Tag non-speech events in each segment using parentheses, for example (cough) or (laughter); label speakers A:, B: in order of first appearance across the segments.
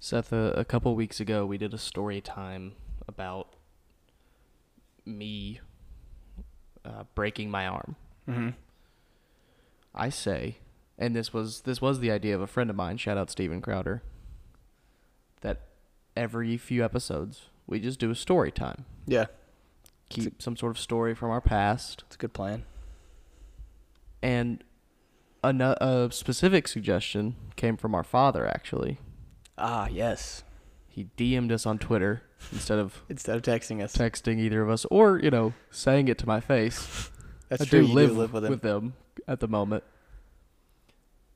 A: Seth, a, a couple weeks ago, we did a story time about me uh, breaking my arm.
B: Mm-hmm.
A: I say, and this was this was the idea of a friend of mine. Shout out Steven Crowder. That every few episodes we just do a story time.
B: Yeah,
A: Keep some sort of story from our past,
B: it's a good plan.
A: and a, no- a specific suggestion came from our father. Actually,
B: Ah, yes.
A: he DM'd us on Twitter instead of
B: Instead of texting us,
A: texting either of us or you know saying it to my face.
B: that's
A: I
B: true.
A: do
B: you
A: live,
B: do live with him.
A: them at the moment.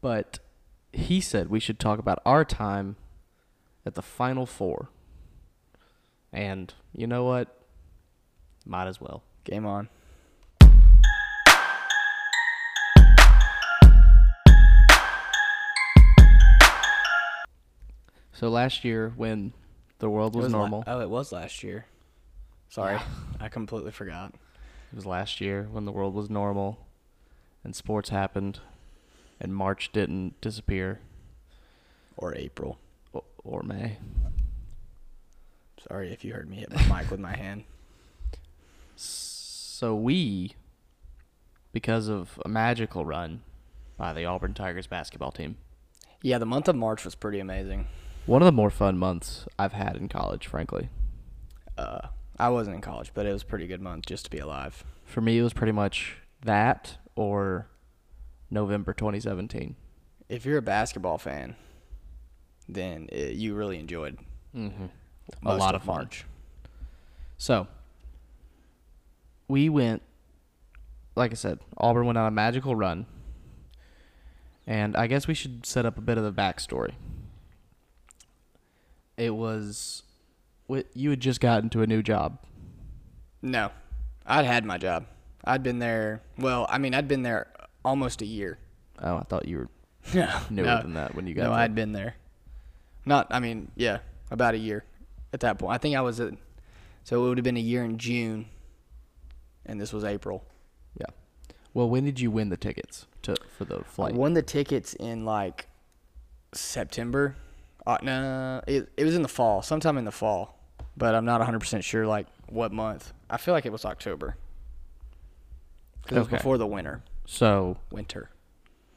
A: But he said we should talk about our time at the Final Four. And you know what? Might as well.
B: Game on.
A: So last year, when the world
B: It
A: was,
B: la-
A: normal,
B: oh, it was last year. Sorry, I completely forgot.
A: it was last year when the world was normal and sports happened and March didn't disappear
B: Or April.
A: o- or May.
B: Sorry if you heard me hit (laughs) my mic with my hand.
A: So we, because of a magical run by the Auburn Tigers basketball team,
B: Yeah, the month of March was pretty amazing.
A: One of the more fun months I've had in college, frankly.
B: Uh, I wasn't in college, but it was a pretty good month just to be alive.
A: For me, it was pretty much that or November 2017.
B: If you're a basketball fan, then it, you really enjoyed
A: Mm-hmm.
B: most
A: a lot of, fun.
B: March.
A: So, we went, like I said, Auburn went on a magical run. And I guess we should set up a bit of the backstory. It was, wi- you had just gotten to a new job.
B: No, I'd had my job. I'd been there. Well, I mean, I'd been there almost a year.
A: Oh, I thought you were
B: no,
A: newer
B: no,
A: than that when you got
B: no,
A: there.
B: I'd been there. Not, I mean, yeah, about a year at that point. I think I was at, so it would have been a year in June, and this was April.
A: Yeah. Well, when did you win the tickets to for the flight?
B: I won the tickets in like September. Uh, no, it, it was in the fall, sometime in the fall, but I'm not 100% sure like what month. I feel like it was October. 'Cause It was
A: Okay.
B: before the winter.
A: So
B: Winter.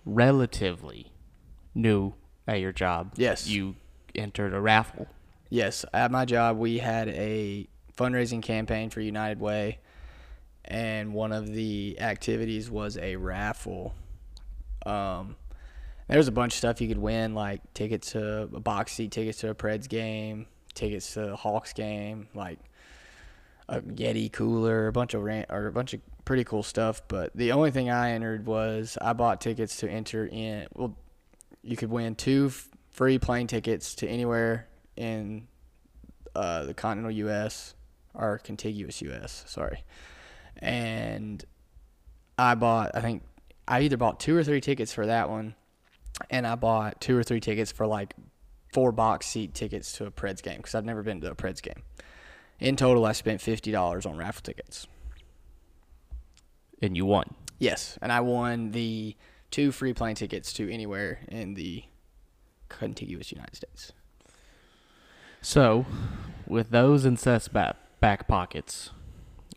A: relatively new at your job.
B: Yes.
A: You entered a raffle.
B: Yes, at my job we had a fundraising campaign for United Way, and one of the activities was a raffle. Um, there was a bunch of stuff you could win, like tickets to a box seat, tickets to a Preds game, tickets to a Hawks game, like a Yeti cooler, a bunch of ran- or a bunch of pretty cool stuff. But the only thing I entered was I bought tickets to enter in. Well, you could win two f- free plane tickets to anywhere in uh, the continental U.S. or contiguous U.S. Sorry, and I bought. I think I either bought two or three tickets for that one, and I bought two or three tickets for like four box seat tickets to a Preds game because I've never been to a Preds game. In total, I spent fifty dollars on raffle tickets.
A: And you won.
B: Yes, and I won the two free plane tickets to anywhere in the contiguous United States.
A: So, with those in Seth's back, back pockets,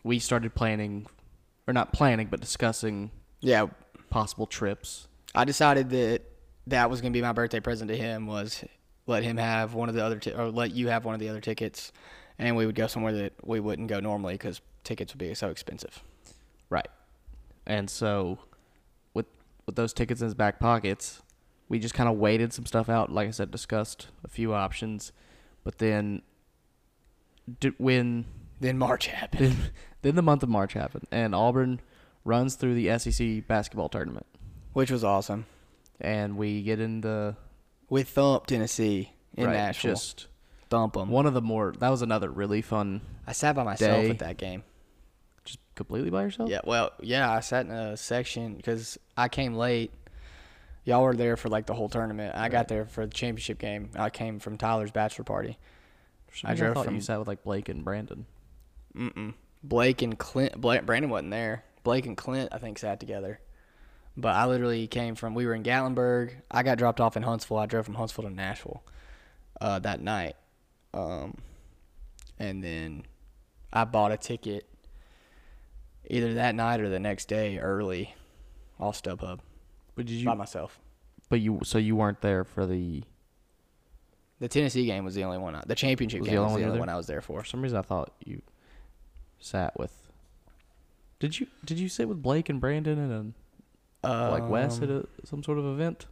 A: we started planning, or not planning, but discussing
B: Yeah,
A: possible trips.
B: I decided that that was going to be my birthday present to him was let him have one of the other ti- or let you have one of the other tickets, and we would go somewhere that we wouldn't go normally because tickets would be so expensive.
A: Right. And so, with with those tickets in his back pockets, we just kind of waited some stuff out. Like I said, discussed a few options, but then, d- when
B: Then March (laughs) happened.
A: then, then the month of March happened, and Auburn runs through the SEC basketball tournament,
B: which was awesome.
A: and we get in the
B: We thumped Tennessee in
A: right,
B: Nashville.
A: Just
B: Thump 'em.
A: one of the more. That was another really fun.
B: I sat by myself
A: day.
B: at that game.
A: Just completely by yourself.
B: Yeah, well, yeah, I sat in a section because I came late. Y'all were there for like the whole tournament. I got there for the championship game. I came from Tyler's bachelor party.
A: For some
B: I
A: reason, I
B: drove
A: thought you
B: from-
A: sat with like Blake and Brandon.
B: Mm-mm. Blake and Clint. Blake, Brandon wasn't there. Blake and Clint, I think, sat together. But I literally came from. We were in Gatlinburg. I got dropped off in Huntsville. I drove from Huntsville to Nashville. uh, that night. Um, and then I bought a ticket either that night or the next day early off StubHub
A: But did
B: by
A: you?
B: myself.
A: But you. So you weren't there for the.
B: The Tennessee game was the only one. I, the championship
A: Was the
B: game
A: only
B: was
A: one
B: the
A: you were
B: only
A: there?
B: one I was there for.
A: For some reason, I thought you sat with. Did you? Did you sit with Blake and Brandon in a like Wes at
B: Um,
A: a, some sort of event?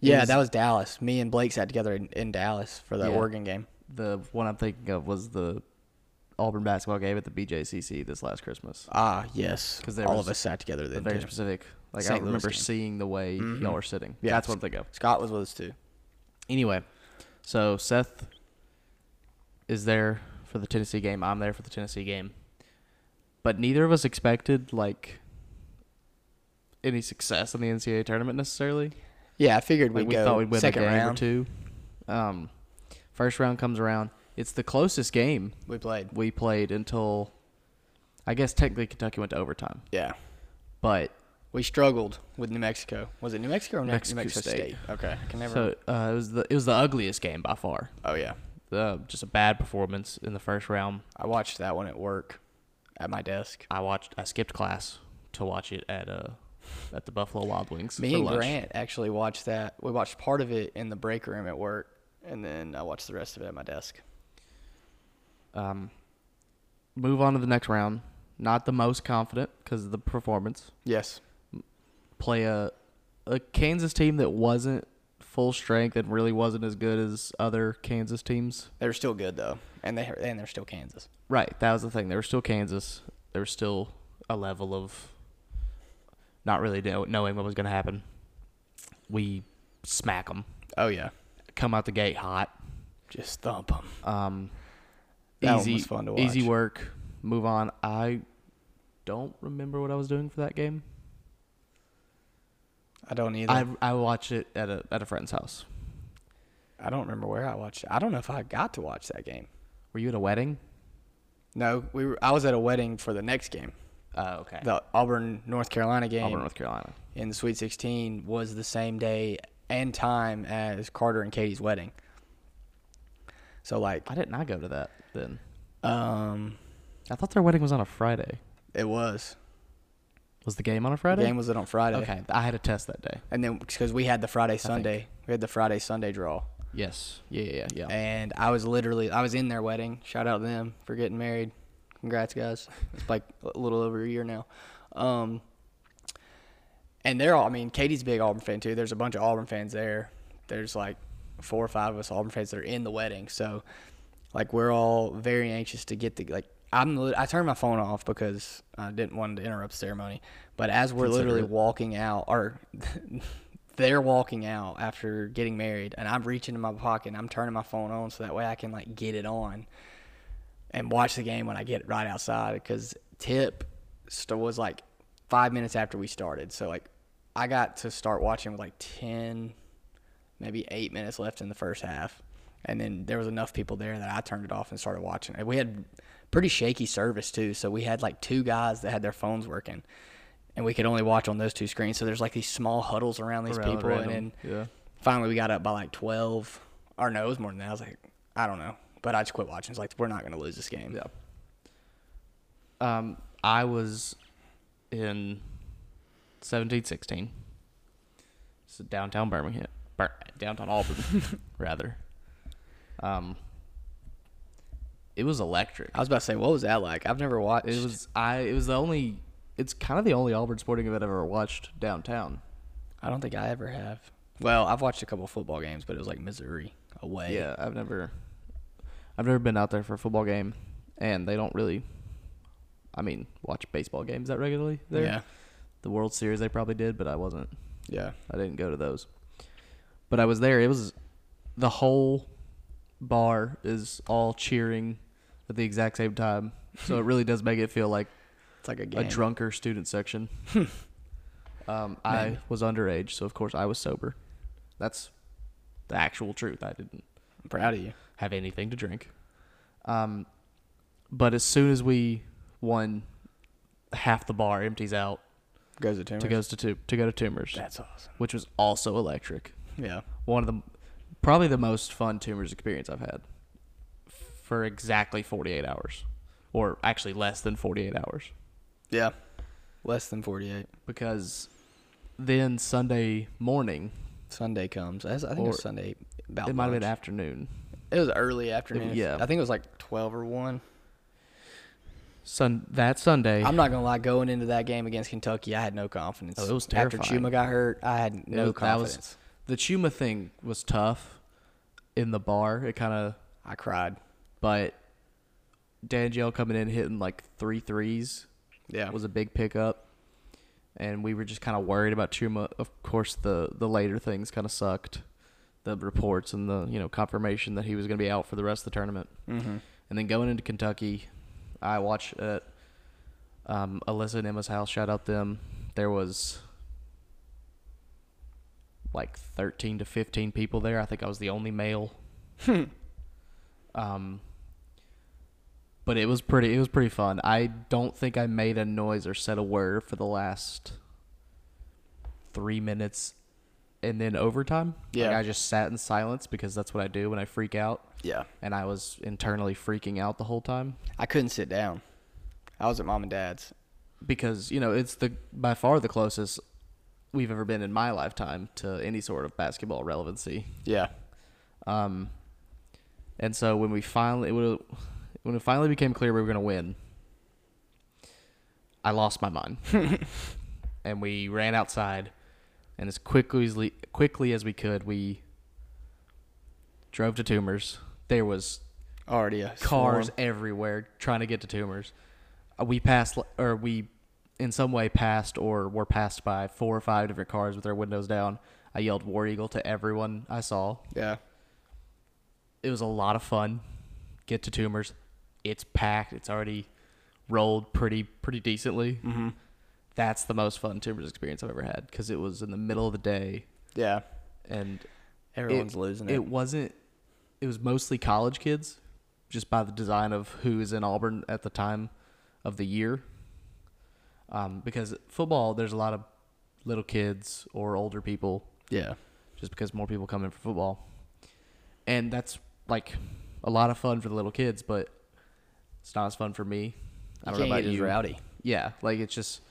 B: yeah,
A: was-
B: that was Dallas. Me and Blake sat together in, in Dallas for the
A: Yeah.
B: Oregon game.
A: The one I'm thinking of was the Auburn basketball game at the BJCC this last Christmas.
B: Ah, yes.
A: 'Cause there
B: all
A: was
B: of us sat together
A: The
B: then.
A: very
B: too.
A: specific. Like I
B: St. Louis
A: remember
B: game.
A: seeing the way
B: Mhm.
A: y'all were sitting.
B: Yeah.
A: That's what I'm thinking of.
B: Scott was with us too.
A: Anyway, so Seth is there for the Tennessee game. I'm there for the Tennessee game. But neither of us expected like any success in the NCAA tournament necessarily.
B: Yeah, I figured
A: Like,
B: we'd
A: we
B: go
A: thought we'd win
B: second
A: a game or
B: round.
A: two. Um, first round comes around. It's the closest game
B: We played.
A: we played until I guess technically Kentucky went to overtime.
B: Yeah.
A: But
B: We struggled with New Mexico. Was it New Mexico or New
A: Mexico
B: New Mexico State?
A: State.
B: Okay. I can never.
A: so uh, it was the it was the ugliest game by far.
B: oh yeah,
A: Uh, just a bad performance in the first round.
B: I watched that one at work, at my desk.
A: I watched. I skipped class to watch it at uh at the Buffalo Wild Wings.
B: Me
A: for
B: and
A: lunch.
B: Grant actually watched that. We watched part of it in the break room at work, and then I watched the rest of it at my desk.
A: Um, move on to the next round. Not the most confident because of the performance.
B: Yes.
A: Play a a Kansas team that wasn't full strength and really wasn't as good as other Kansas teams.
B: They were still good though, and they and they're still Kansas.
A: Right, that was the thing. They were still Kansas. There was still a level of not really know, knowing what was going to happen. We smack them,
B: Oh yeah,
A: come out the gate hot.
B: just thump them.
A: Um,
B: That one
A: easy,
B: was fun to
A: easy
B: watch.
A: work. Move on. I don't remember what I was doing for that game.
B: I don't either.
A: I
B: I,
A: I watched it at a at a friend's house.
B: I don't remember where I watched. it. I don't know if I got to watch that game.
A: Were you at a wedding?
B: No, we were. I was at a wedding for the next game.
A: Oh, okay.
B: The Auburn North Carolina game
A: Auburn, North Carolina.
B: in the Sweet 16 was the same day and time as Carter and Katie's wedding. So like,
A: I did not go to that then.
B: um,
A: I thought their wedding was on a Friday.
B: it was.
A: Was the game on a
B: The
A: Friday?
B: game was it on Friday.
A: okay. I had a test that day.
B: And then because we had the Friday Sunday, we had the Friday Sunday draw,
A: Yes. Yeah. Yeah. Yeah.
B: and I was literally I was in their wedding. Shout out to them for getting married. Congrats, guys. It's like a little over a year now. Um, and they're all. I mean, Katie's a big Auburn fan too. There's a bunch of Auburn fans there. There's like four or five of us Auburn fans that are in the wedding. So, like, we're all very anxious to get the like. I'm. lit- I turned my phone off because I didn't want to interrupt the ceremony. But as we're literally
A: Considerate.
B: walking out, or (laughs) they're walking out after getting married, and I'm reaching in my pocket and I'm turning my phone on so that way I can like get it on and watch the game when I get right outside because tip st- was like five minutes after we started. So like I got to start watching with like ten, maybe eight minutes left in the first half, and then there was enough people there that I turned it off and started watching. And we had pretty shaky service too, so we had like two guys that had their phones working. And we could only watch on those two screens. So there's like these small huddles around these
A: Around
B: people.
A: random,
B: And then
A: yeah.
B: finally we got up by like 12 or no it was more than that i was like i don't know but i just quit watching it's like we're not going to lose this game
A: Yeah. Um, I was in seventeen sixteen. It's downtown Birmingham, Bir- downtown Auburn, rather. Um, it was electric.
B: i was about to say what was that like i've never watched
A: It was I. It was the only. It's kind of the only Auburn sporting event I've ever watched downtown.
B: i don't think i ever have well i've watched a couple football games but it was like missouri away
A: Yeah, I've never. I've never been out there for a football game, and they don't really. I mean, watch baseball games that regularly there.
B: yeah
A: The World Series they probably did, but I wasn't.
B: yeah
A: I didn't go to those. But I was there. It was the whole bar is all cheering at the exact same time. So it really does make it feel like
B: it's like a
A: a
B: game
A: drunker student section. um, I
B: Maybe.
A: was underage, so of course I was sober. That's the actual truth. I didn't
B: i'm proud of you
A: have anything to drink. Um, but as soon as we won, half the bar empties out
B: goes to tumors
A: to goes to, to to go to tumors,
B: that's awesome
A: which was also electric
B: yeah
A: one of the probably the most fun tumors experience I've had for exactly 48 hours, or actually less than 48 hours,
B: Yeah. Less than 48.
A: because then Sunday morning,
B: Sunday comes. I I think it
A: Or-
B: was Sunday. About
A: it might have been
B: lunch.
A: afternoon.
B: It was early afternoon.
A: yeah.
B: I think it was like 12 or 1.
A: Sun that Sunday,
B: I'm not going to lie. Going into that game against Kentucky, I had no confidence.
A: Oh, it was
B: After
A: terrifying.
B: Chuma got hurt, I had no
A: was- that was-
B: confidence.
A: the Chuma thing was tough in the bar. It kind of,
B: I cried.
A: but Danielle coming in hitting like three threes
B: Yeah.
A: was a big pickup. And we were just kind of worried about Chuma. Of course, the the later things kind of sucked, the reports and the you know confirmation that he was going to be out for the rest of the tournament.
B: mm-hmm.
A: And then going into Kentucky, I watched at um, Alyssa and Emma's house. Shout out them. There was like thirteen to fifteen people there. I think I was the only male. um, but it was pretty. It was pretty fun. I don't think I made a noise or said a word for the last three minutes, and then overtime. Like,
B: Yeah.
A: I just sat in silence because that's what I do when I freak out
B: Yeah.
A: and I was internally freaking out the whole time
B: I couldn't sit down. I was at mom and dad's.
A: because you know it's the by far the closest we've ever been in my lifetime to any sort of basketball relevancy.
B: Yeah.
A: Um, and so when we finally when it- when it finally became clear we were going to win, I lost my
B: (laughs)
A: mind, and we ran outside, and as quickly as le- quickly as we could, we drove to Tumors. There was
B: Already a
A: cars
B: swarm.
A: everywhere trying to get to tumors. Uh, We passed, or we in some way passed or were passed by four or five different cars with their windows down. I yelled War Eagle to everyone I saw.
B: Yeah.
A: It was a lot of fun. Get to tumors. It's packed. It's already rolled pretty pretty decently. Mm-hmm. That's the most fun tumors experience I've ever had because it was in the middle of the day
B: Yeah.
A: and
B: Everyone's losing it.
A: it wasn't it was mostly college kids just by the design of who is in auburn at the time of the year um, because football there's a lot of little kids or older people
B: Yeah.
A: just because more people come in for football and that's like a lot of fun for the little kids but it's not as fun for me i don't
B: You can't
A: know
B: get
A: about
B: as
A: you
B: rowdy.
A: yeah like it's just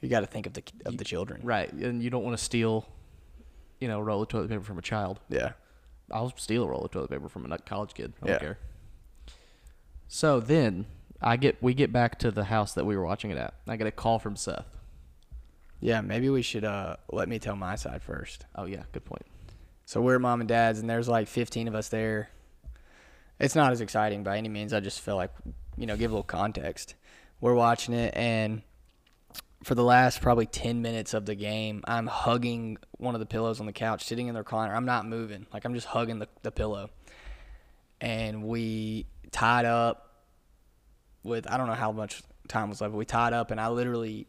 B: You got to think of the of
A: You-
B: the children.
A: right and you don't want to steal you know a roll of toilet paper from a child
B: Yeah.
A: I'll steal a roll of toilet paper from a nut- college kid. I
B: Yeah.
A: don't care. So then I get we get back to the house that we were watching it at. I get a call from Seth.
B: Yeah, maybe we should uh let me tell my side first.
A: Oh yeah, good point.
B: So we're at mom and dad's and there's like 15 of us there. It's not as exciting by any means. I just feel like, you know, give a little context. We're watching it and for the last probably 10 minutes of the game, I'm hugging one of the pillows on the couch, sitting in the recliner. I'm not moving. Like I'm just hugging the, the pillow. And we tied up with I don't know how much time was left, but we tied up and I literally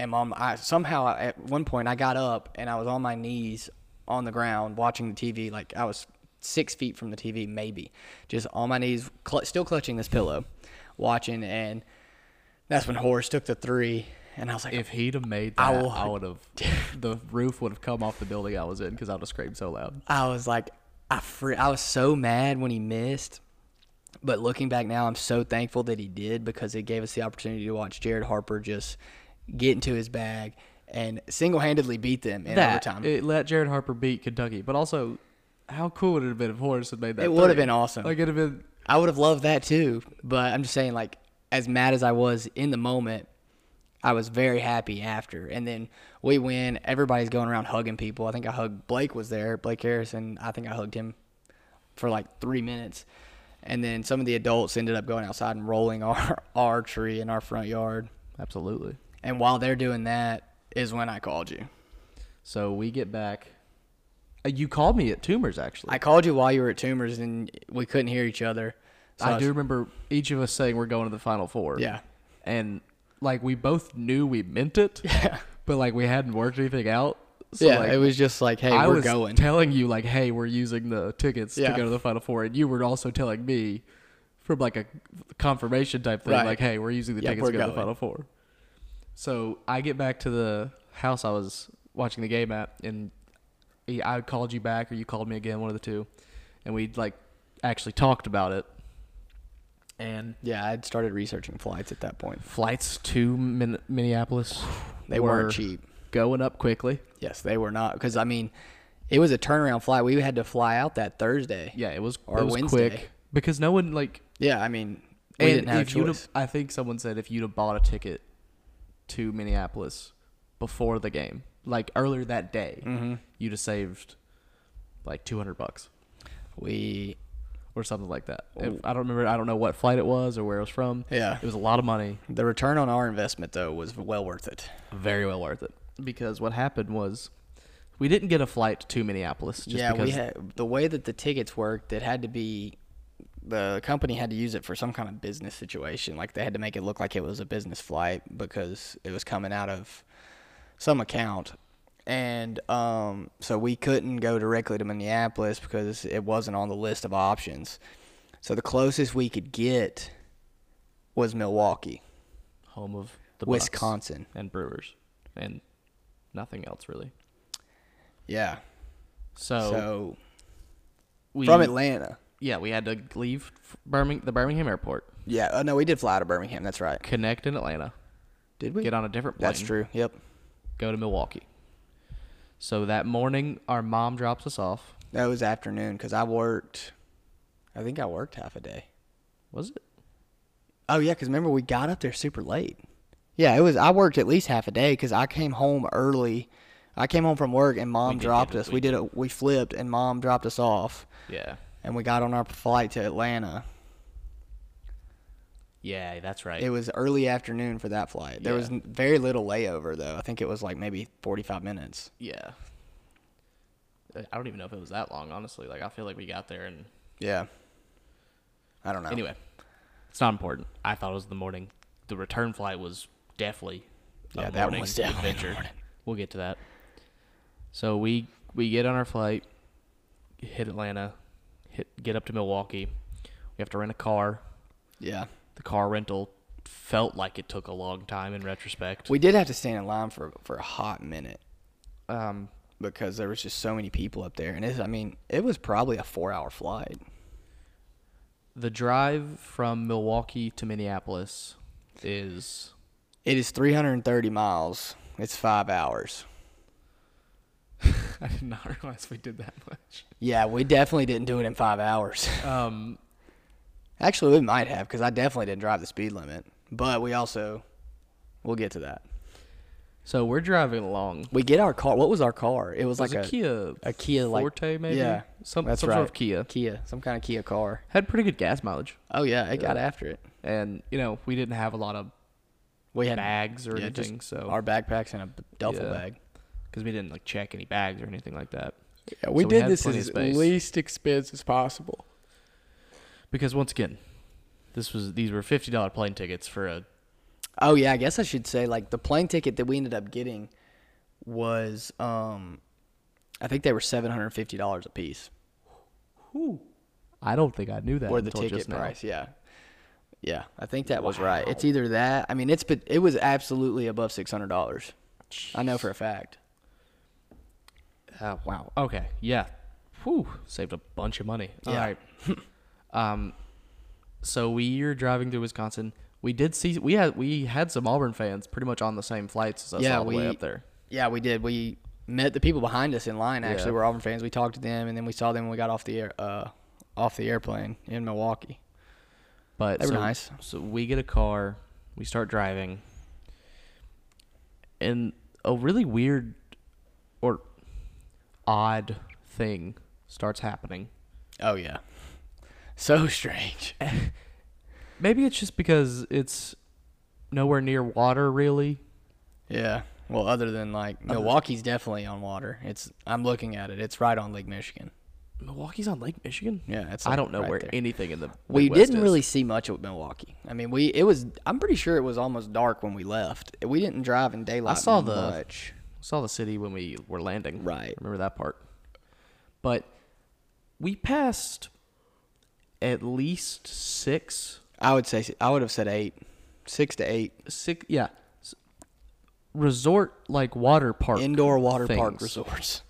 B: am on I somehow at one point I got up and I was on my knees on the ground watching the TV like I was six feet from the TV maybe just on my knees cl- still clutching this pillow watching and that's when Horace took the three and I was like
A: If he'd have made
B: I
A: that, I,
B: will-
A: would have. (laughs) the roof would have come off the building I was in because I would have screamed so loud.
B: I was like, I fr- I was so mad when he missed, but looking back now, I'm so thankful that he did because it gave us the opportunity to watch Jared Harper just get into his bag and single-handedly beat them in
A: That
B: overtime. It,
A: it let Jared Harper beat Kentucky, but also, how cool would it have been if Horace had made that?
B: would have
A: three?
B: been awesome.
A: Like it'd have been.
B: I would have loved that too, but I'm just saying, like, as mad as I was in the moment, I was very happy after. And then we win. Everybody's going around hugging people. I think I hugged Blake was there, Blake Harrison. I think I hugged him for like three minutes. And then some of the adults ended up going outside and rolling (laughs) our, our tree in our front yard.
A: Absolutely.
B: And while they're doing that is when I called you.
A: So we get back. Uh, You called me at Tumors actually.
B: I called you while you were at Tumors and we couldn't hear each other. So
A: I
B: was-
A: do remember each of us saying we're going to the final four.
B: Yeah.
A: And like we both knew we meant it.
B: (laughs)
A: Yeah. But like we hadn't worked anything out. So
B: (laughs) yeah,
A: like,
B: it was just like, hey,
A: I
B: we're
A: was
B: going.
A: telling you like, hey, we're using the tickets
B: Yeah.
A: to go to the final four, and you were also telling me from like a confirmation type thing,
B: Right.
A: like, hey, we're using the
B: Yeah,
A: tickets
B: we're
A: to go to the
B: going.
A: final four. So I get back to the house I was watching the game at, and he- I called you back or you called me again, one of the two, and we like actually talked about it. And
B: Yeah, I'd started researching flights at that point.
A: flights to Min- Minneapolis,
B: They
A: were
B: weren't cheap.
A: going up quickly.
B: Yes, they were not because I mean, it was a turnaround flight. We had to fly out that Thursday.
A: Yeah, it was
B: Or
A: it was
B: Wednesday.
A: quick because no one like
B: Yeah, I mean, we
A: and
B: didn't have a
A: if you'd have-
B: choice.
A: I think someone said if you'd have bought a ticket to Minneapolis before the game, like earlier that day,
B: Mm-hmm.
A: you'd have saved like two hundred bucks
B: We
A: or something like that. If, I don't remember. I don't know what flight it was or where it was from.
B: Yeah.
A: it was a lot of money.
B: the return on our investment though was well worth it.
A: Very well worth it because what happened was we didn't get a flight to Minneapolis. Just
B: yeah,
A: because
B: we had the way that the tickets worked. It had to be the company had to use it for some kind of business situation. Like they had to make it look like it was a business flight because it was coming out of some account, and um, so we couldn't go directly to Minneapolis because it wasn't on the list of options. So the closest we could get was Milwaukee,
A: home of the Bucks
B: Wisconsin.
A: and Brewers and nothing else really.
B: Yeah,
A: So,
B: so
A: Oh, we
B: from Atlanta.
A: yeah, we had to leave f- Birmingham, the Birmingham airport,
B: Yeah, uh, no, we did fly out of Birmingham. That's right.
A: connect in Atlanta,
B: Did we?
A: get on a different plane,
B: That's true. Yep.
A: go to Milwaukee. So that morning, our mom drops us off.
B: That was afternoon because I worked. I think I worked half a day.
A: Was it?
B: Oh yeah, because remember we got up there super late. Yeah, it was. I worked at least half a day because I came home early. I came home from work and mom
A: did
B: dropped
A: get it.
B: us.
A: We
B: We did it. We flipped and mom dropped us off,
A: Yeah.
B: and we got on our flight to Atlanta.
A: Yeah, that's right.
B: It was early afternoon for that flight. There was
A: Yeah.
B: n- very little layover though. I think it was like maybe forty-five minutes.
A: yeah. I I don't even know if it was that long, honestly. Like I feel like we got there and
B: Yeah. I don't know.
A: anyway, it's not important. I thought it was the morning. The return flight was definitely a
B: Yeah, that one
A: morning
B: was definitely in the
A: adventure.
B: morning.
A: We'll get to that. So we we get on our flight, hit Atlanta, hit get up to Milwaukee. We have to rent a car.
B: Yeah.
A: The car rental felt like it took a long time in retrospect.
B: We did have to stand in line for for a hot minute.
A: um
B: because there was just so many people up there. And it's, I mean, it was probably a four hour flight.
A: the drive from Milwaukee to Minneapolis is
B: It is 330 miles. It's five hours.
A: (laughs) I did not realize we did that much.
B: Yeah, we definitely didn't do it in five hours. (laughs)
A: Um
B: Actually, we might have because I definitely didn't drive the speed limit. But we also, we'll get to that.
A: so we're driving along.
B: We get our car. What was our car? It was
A: It was
B: like
A: a, Kia
B: a Kia, like-
A: Forte maybe
B: yeah,
A: some
B: that's
A: some sort of
B: right.
A: Kia
B: Kia, some kind of Kia car.
A: had pretty good gas mileage
B: Oh yeah, it got after it.
A: and you know we didn't have a lot of
B: We had
A: bags or
B: yeah, just
A: anything so
B: our backpacks and a b- duffel
A: Yeah.
B: bag.
A: because we didn't like check any bags or anything like that
B: Yeah,
A: we So we did had this plenty of as space.
B: least expense as possible.
A: because once again this was these were fifty dollar plane tickets for a
B: Oh yeah, I guess I should say like the plane ticket that we ended up getting was um I think they were seven hundred and fifty dollars a piece.
A: I don't think I knew that
B: Or the
A: until
B: ticket
A: just now.
B: price, yeah. Yeah, I think that was right. It's either that I mean it's but it was absolutely above six hundred dollars. I know for a fact.
A: Uh, wow. Okay. Yeah. Whew. Saved a bunch of money. All
B: Yeah.
A: right. (laughs) um, so we are driving through Wisconsin. We did see we had we had some Auburn fans pretty much on the same flights as us
B: Yeah,
A: all the way
B: we-
A: up there.
B: Yeah, we did. We met the people behind us in line actually
A: Yeah.
B: were Auburn fans. We talked to them and then we saw them when we got off the air uh off the airplane in Milwaukee.
A: But
B: They were
A: so,
B: nice.
A: So we get a car, we start driving, and a really weird or odd thing starts happening.
B: Oh yeah. So (laughs) strange.
A: Maybe it's just because it's nowhere near water, really.
B: Yeah. Well, other than like Milwaukee's definitely on water. It's I'm looking at it. It's right on Lake Michigan.
A: Milwaukee's on Lake Michigan.
B: Yeah, it's.
A: I
B: like,
A: don't know
B: right
A: where
B: there.
A: anything in the
B: we
A: Midwest
B: didn't
A: is.
B: really see much of Milwaukee. I mean, we it was. I'm pretty sure it was almost dark when we left. We didn't drive in daylight.
A: saw the-
B: much.
A: saw the city when we were landing.
B: Right.
A: remember that part. But we passed at least six,
B: I would say I would have said eight, six to eight
A: six, yeah, s- resort like water park
B: indoor water park (laughs)
A: things.
B: resorts.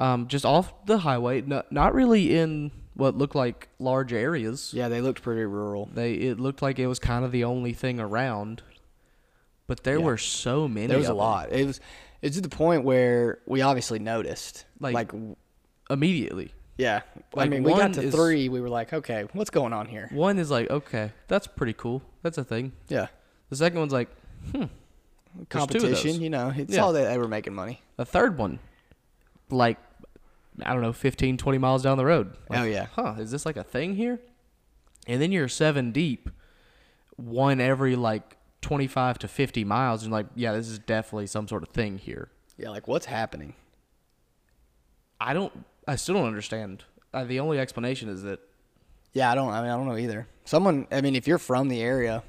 A: um, just off the highway, no, not really in what looked like large areas.
B: Yeah, they looked pretty rural.
A: They it looked like it was kind of the only thing around, but there
B: Yeah.
A: were so many.
B: There was
A: of them.
B: a lot. It was it's to the point where we obviously noticed.
A: Like-
B: Like,
A: immediately.
B: yeah. I
A: like,
B: mean, we
A: one
B: got to
A: is-
B: three. We were like, okay, what's going on here?
A: One is like, okay, that's pretty cool. That's a thing.
B: Yeah.
A: The second one's like, hmm. There's two of those.
B: Competition, you know, it's
A: Yeah.
B: all that they were making money.
A: The third one, like, I don't know, 15, 20 miles down the road. Like,
B: oh yeah.
A: huh, is this like a thing here? And then you're seven deep, one every like 25 to 50 miles. And like, yeah, this is definitely some sort of thing here.
B: Yeah, like what's happening?
A: I don't, I still don't understand. Uh, the only explanation is that
B: Yeah, I don't. I mean, I don't know either. Someone. I mean, if you're from the area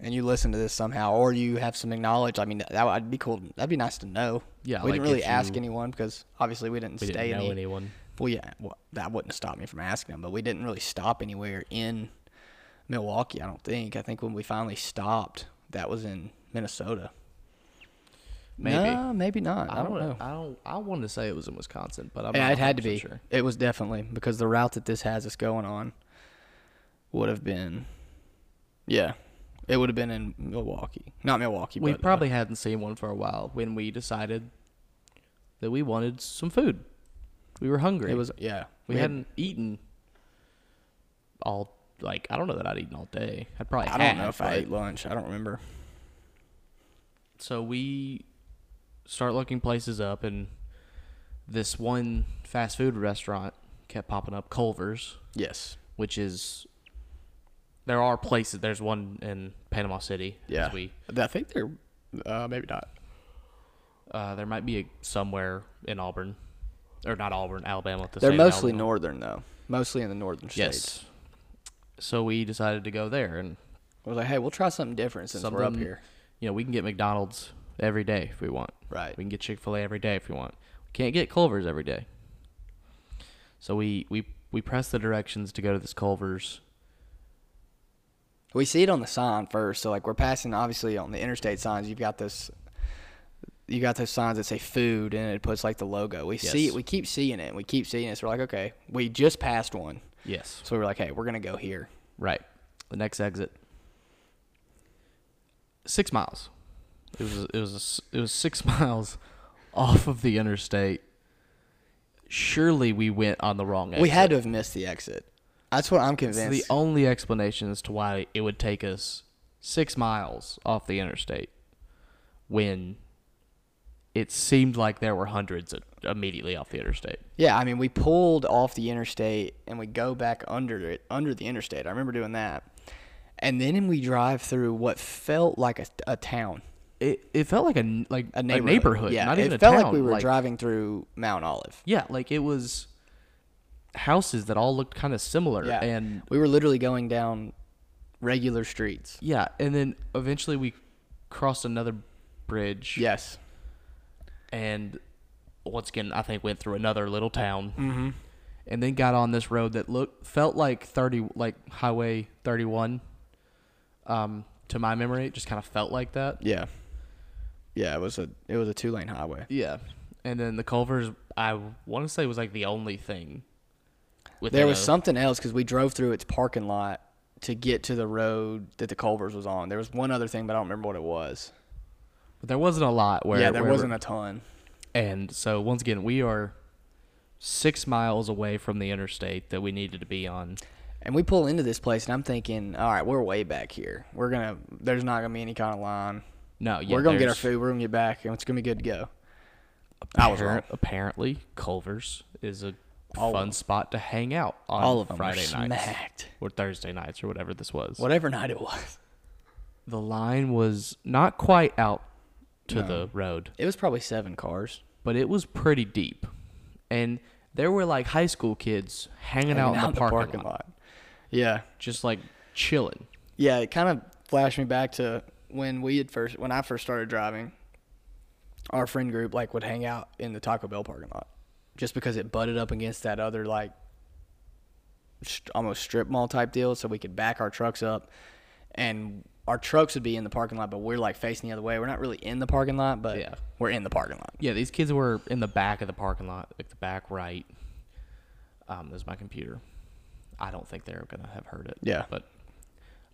B: and you listen to this somehow, or you have some knowledge, I mean, that would be cool. That'd be nice to know.
A: Yeah,
B: we didn't
A: like,
B: really
A: if
B: ask
A: you-
B: anyone because obviously we didn't
A: we
B: stay
A: didn't know
B: any.
A: anyone.
B: Well, yeah, well, that wouldn't have stopped me from asking them, but we didn't really stop anywhere in Milwaukee. I don't think. I think when we finally stopped, that was in Minnesota.
A: Maybe.
B: Nah, maybe not. I don't, know.
A: I don't. I wanted to say it was in Wisconsin, but I'm
B: Yeah,
A: not
B: it had to
A: 100%
B: be.
A: sure.
B: It was definitely because the route that this has us going on would have been, yeah, it would have been in Milwaukee, not Milwaukee.
A: We
B: but, uh,
A: probably hadn't seen one for a while when we decided that we wanted some food. We were hungry.
B: it was yeah.
A: we, hadn't eaten all like I don't know that I'd eaten all day. I'd probably
B: I don't
A: had,
B: know if I
A: but-
B: ate lunch. I don't remember.
A: So we start looking places up, and this one fast food restaurant kept popping up, Culver's,
B: Yes.
A: which is there are places. There's one in Panama City. as
B: Yeah.
A: we
B: I think they're uh, maybe not.
A: Uh, there might be a, somewhere in Auburn, or not Auburn, Alabama. The
B: They're
A: state of
B: mostly
A: Alabama.
B: northern though. Mostly in the northern states.
A: Yes. So we decided to go there, and
B: I was like, hey, we'll try something different since we're up
A: Something-
B: here.
A: you know we can get McDonald's every day if we want.
B: Right.
A: We can get Chick Fil A every day if we want. We can't get Culver's every day. So we we we press the directions to go to this Culver's.
B: We see it on the sign first. So like we're passing obviously on the interstate signs. You've got this you got those signs that say food and it puts like the logo. We see
A: Yes.
B: it, we keep seeing it, we keep seeing it. So we're like, okay, we just passed one.
A: Yes.
B: So we were like, hey, we're gonna go here.
A: Right. The next exit. Six miles. It was it was s- it was six (laughs) miles off of the interstate. Surely we went on the wrong exit.
B: We had to have missed the exit. That's what I'm
A: It's
B: convinced.
A: the only explanation as to why it would take us six miles off the interstate when it seemed like there were hundreds of- immediately off the interstate.
B: yeah, I mean we pulled off the interstate and we go back under it under the interstate. I remember doing that. And then we drive through what felt like a, a town.
A: It it felt like a n- like
B: A neighborhood. Yeah,
A: not even
B: it
A: a
B: felt like
A: town,
B: we were driving through Mount Olive.
A: Yeah, like it was houses that all looked kind of similar.
B: Yeah.
A: And
B: we were literally going down regular streets.
A: yeah, and then eventually we crossed another bridge.
B: Yes.
A: And once again, I think went through another little town. Mm-hmm. And then got on this road that looked felt like thirty, like Highway thirty one. Um, to my memory, it just kind of felt like that.
B: Yeah. Yeah, it was a it was a two lane highway.
A: Yeah. And then the Culvers, I want to say was like the only thing. within
B: There was
A: a-
B: something else because we drove through its parking lot to get to the road that the Culvers was on. There was one other thing, but I don't remember what it was.
A: There wasn't a lot where
B: yeah, there
A: where-
B: wasn't a ton.
A: And so once again, we are six miles away from the interstate that we needed to be on.
B: And we pull into this place, and I'm thinking, all right, we're way back here. We're gonna there's not gonna be any kind of line.
A: No, yeah,
B: we're gonna get our
A: there's-
B: food. We're gonna get back, and it's gonna be good to go. I was wrong.
A: Appar- Apparently, Culver's is a
B: All of
A: fun spot to hang out on
B: All of them
A: Friday
B: were
A: nights
B: smacked.
A: or Thursday nights or whatever this was.
B: Whatever night it was.
A: The line was not quite out to
B: No.
A: the road,
B: It was probably seven cars.
A: but it was pretty deep, and there were like high school kids hanging, out in the, parking, lot,
B: Yeah.
A: just like chilling.
B: Yeah, it kind of flashed me back to when we had first when I first started driving, our friend group like would hang out in the Taco Bell parking lot just because it butted up against that other like st- almost strip mall type deal so we could back our trucks up and our trucks would be in the parking lot, but we're like facing the other way. We're not really in the parking lot, but
A: Yeah.
B: we're in the parking lot.
A: Yeah, these kids were in the back of the parking lot, like the back right. Um, there's my computer. I don't think they're gonna have heard it.
B: Yeah.
A: but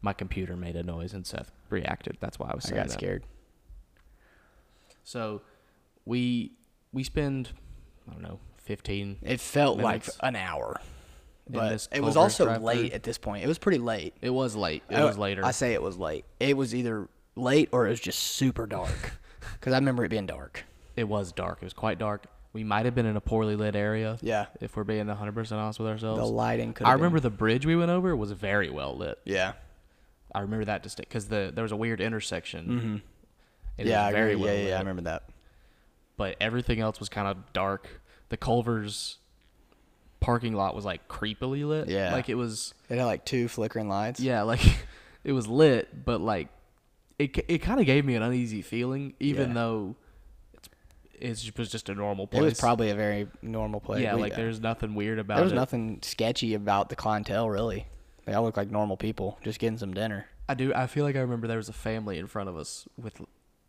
A: my computer made a noise and Seth reacted. That's why I was
B: I
A: saying
B: got
A: that.
B: scared.
A: So we we spend I don't know fifteen.
B: It felt
A: Minutes.
B: like an hour,
A: In
B: but
A: this
B: it was
A: Culver's
B: also
A: drive-thru?
B: late at this point. It was pretty late.
A: It was late. It
B: I-
A: was later.
B: Uh, I say it was late. It was either late or it was just super dark.
A: (laughs)
B: Because I remember it being dark.
A: it was dark. It was quite dark. We might have been in a poorly lit area.
B: Yeah.
A: If we're being 100% honest with ourselves.
B: The lighting could.
A: I remember the bridge we went over was very well lit.
B: Yeah.
A: I remember that distinct because the there was a weird intersection. Mm-hmm.
B: yeah. I very yeah, yeah, I remember that.
A: But everything else was kind of dark. The Culver's parking lot was like creepily lit.
B: Yeah.
A: Like it
B: (laughs)
A: was.
B: It had like two flickering lights.
A: Yeah, like (laughs) it was lit, but like it ca- it kind of gave me an uneasy feeling, even
B: Yeah.
A: though it's, it was just a normal
B: It
A: place.
B: was probably a very normal place.
A: yeah,
B: We-
A: like there's nothing weird about
B: there was
A: it.
B: nothing sketchy about the clientele really. They all look like normal people just getting some dinner.
A: I do. I feel like I remember there was a family in front of us with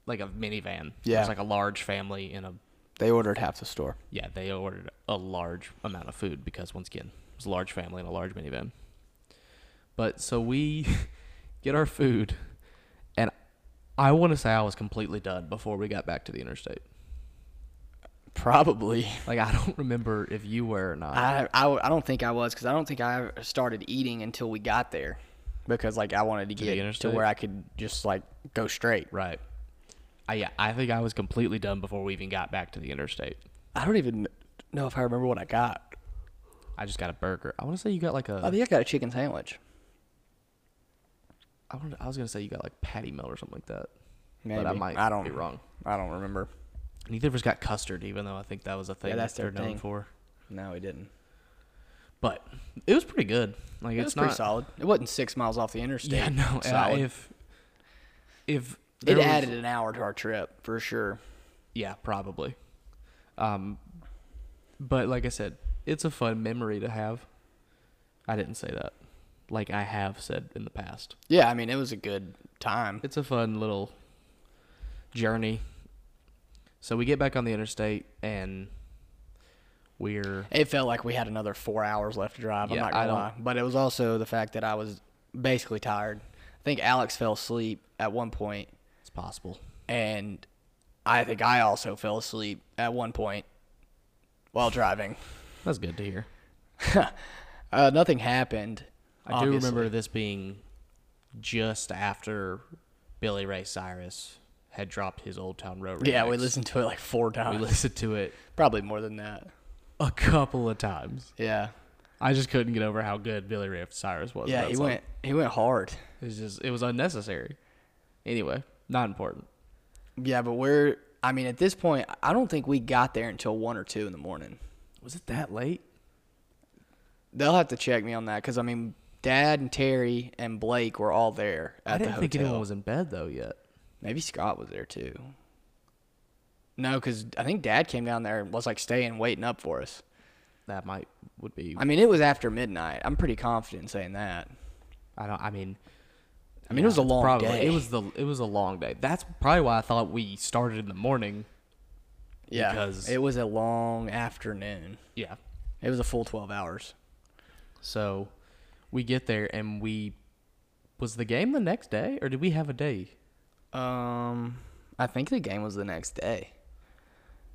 A: like a minivan. it
B: Yeah.
A: was like a large family in a
B: They ordered half the store.
A: yeah. They ordered a large amount of food because once again, it was a large family in a large minivan. But so we (laughs) get our food, and I want to say I was completely done before we got back to the interstate.
B: Probably.
A: Like I (laughs) don't remember if you were or not.
B: I, I, I don't think I was because I don't think I ever started eating until we got there because like I wanted to
A: the
B: get to
A: interstate?
B: where I could just like go straight.
A: right. I yeah, I think I was completely done before we even got back to the interstate.
B: I don't even know if I remember what I got.
A: I just got a burger. I want to say you got like a.
B: I think I got a chicken sandwich.
A: I, wanna, I was gonna say you got like patty melt or something like that. But I
B: Maybe.
A: might
B: I don't-
A: be wrong.
B: I don't remember.
A: Neither of us got custard, even though I think that was a thing
B: that's
A: that they're
B: their
A: known
B: thing.
A: for.
B: No, we didn't.
A: But it was pretty good. Like
B: It
A: it's
B: was
A: not
B: pretty solid. It wasn't six miles off the
A: (laughs)
B: interstate.
A: Yeah, no. and I-
B: solid.
A: If if
B: it
A: there was-
B: added an hour to our trip for sure.
A: Yeah, probably. Um, but like I said, it's a fun memory to have. I didn't say that. Like I have said in the past,
B: Yeah, I mean it was a good time.
A: it's a fun little journey. So we get back on the interstate and we're
B: It felt like we had another four hours left to drive. I'm
A: Yeah,
B: not
A: I
B: gonna
A: don't-
B: lie, but it was also the fact that I was basically tired. I think Alex fell asleep at one point,
A: it's possible.
B: and I think I also fell asleep at one point while driving.
A: That's good to hear.
B: Uh, nothing happened.
A: I do
B: obviously.
A: remember this being just after Billy Ray Cyrus had dropped his Old Town Road.
B: (laughs) Yeah, we
A: remix.
B: listened to it like four
A: We
B: times.
A: listened to it
B: Probably more than that.
A: a couple of times.
B: Yeah.
A: I just couldn't get over how good Billy Ray Cyrus was.
B: Yeah,
A: That's
B: he
A: all.
B: went. He went hard.
A: It was just it was unnecessary. Anyway, not important.
B: Yeah, but we're. I mean, at this point, I don't think we got there until one or two in the morning.
A: Was it that late?
B: They'll have to check me on that because I mean, Dad and Terry and Blake were all there at
A: I didn't
B: the
A: think
B: hotel.
A: anyone was in bed though yet.
B: Maybe Scott was there too. No, because I think Dad came down there and was like staying, waiting up for us.
A: That might would be.
B: I mean, it was after midnight. I'm pretty confident in saying that.
A: I don't. I mean.
B: I mean, it was a
A: it's
B: long
A: probably-
B: day.
A: It was the it was a long day. That's probably why I thought we started in the morning.
B: Yeah,
A: because-
B: it was a long afternoon.
A: Yeah.
B: It was a full twelve hours.
A: So we get there and we was the game the next day or did we have a day?
B: Um, I think the game was the next day.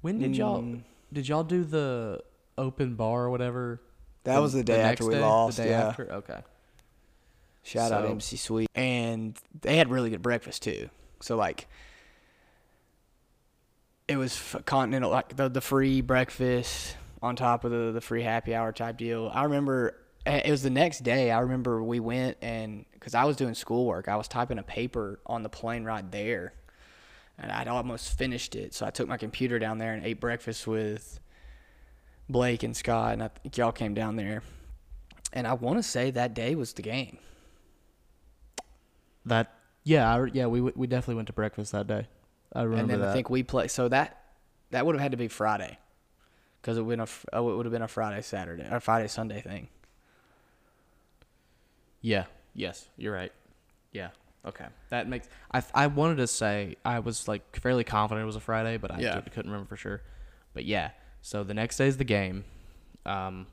A: When did y'all
B: Mm.
A: did y'all do the open bar or whatever?
B: That was the day after
A: next
B: we
A: day?
B: lost,
A: The day
B: yeah.
A: after. Okay.
B: Shout out
A: So-
B: MC Sweet. And they had really good breakfast too. So like it was f- continental like the the free breakfast on top of the the free happy hour type deal. I remember eh, it was the next day. I remember we went and cuz I was doing schoolwork. I was typing a paper on the plane right there. And I'd almost finished it. So I took my computer down there and ate breakfast with Blake and Scott and I think y'all came down there. And I want to say that day was the game.
A: That yeah, I, yeah, we w- we definitely went to breakfast that day. I remember
B: and then
A: that.
B: I think we play. So that that would have had to be Friday, because it would have been a fr- oh, it would have been a Friday Saturday or Friday Sunday thing.
A: yeah. Yes, you're right. Yeah. Okay, that makes. I I wanted to say I was like fairly confident it was a Friday, but I
B: Yeah.
A: did- couldn't remember for sure. But yeah, so the next day's the game. Um,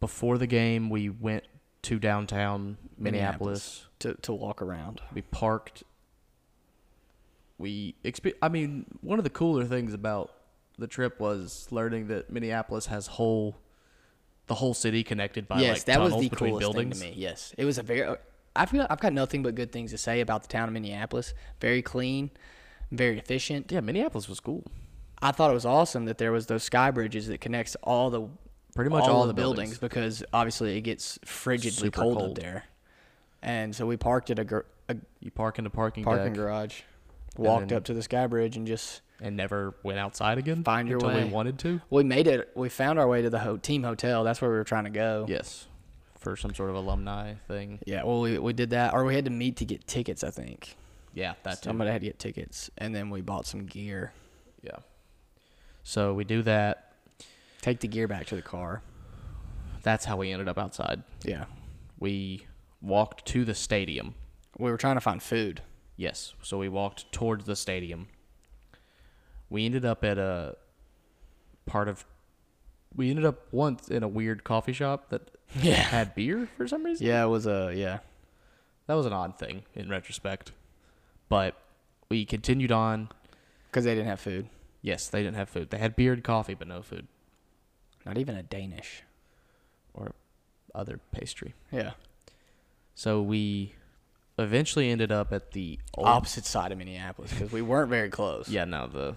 A: before the game, we went to downtown Minneapolis.
B: to to walk around.
A: We parked. We exp- I mean, one of the cooler things about the trip was learning that Minneapolis has whole, the whole city connected by
B: yes,
A: like
B: that was
A: tunnels
B: the
A: between
B: coolest
A: buildings.
B: thing to me. Yes, it was a very. I feel I've got nothing but good things to say about the town of Minneapolis. Very clean, very efficient.
A: Yeah, Minneapolis was cool.
B: I thought it was awesome that there was those sky bridges that connects all the
A: Pretty much all
B: the
A: the buildings.
B: because obviously it gets frigidly
A: Super
B: cold, up
A: cold.
B: there. And so we parked at a, gar- a
A: You park in the parking
B: parking
A: deck
B: garage, walked
A: then-
B: up to the sky bridge, and just
A: and never went outside again.
B: Find your
A: until
B: way.
A: we wanted to.
B: we made it. We found our way to the ho- team hotel. That's where we were trying to go.
A: Yes, for some sort of alumni thing.
B: Yeah, well, we, we did that, or we had to meet to get tickets, I think.
A: Yeah, that too.
B: Somebody had to get tickets, and then we bought some gear.
A: Yeah. So we do that.
B: Take the gear back to the car.
A: That's how we ended up outside.
B: Yeah,
A: We walked to the stadium.
B: we were trying to find food.
A: Yes. So we walked towards the stadium. We ended up at a part of. We ended up once in a weird coffee shop that
B: (laughs) Yeah,
A: had beer for some reason.
B: yeah, it was a yeah.
A: That was an odd thing in retrospect. But we continued on.
B: Because they didn't have food,
A: Yes, they didn't have food. They had beer and coffee, but no food
B: not even a Danish.
A: or other pastry.
B: Yeah,
A: So we eventually ended up at the old.
B: opposite side of Minneapolis because we weren't very close.
A: yeah, no, the.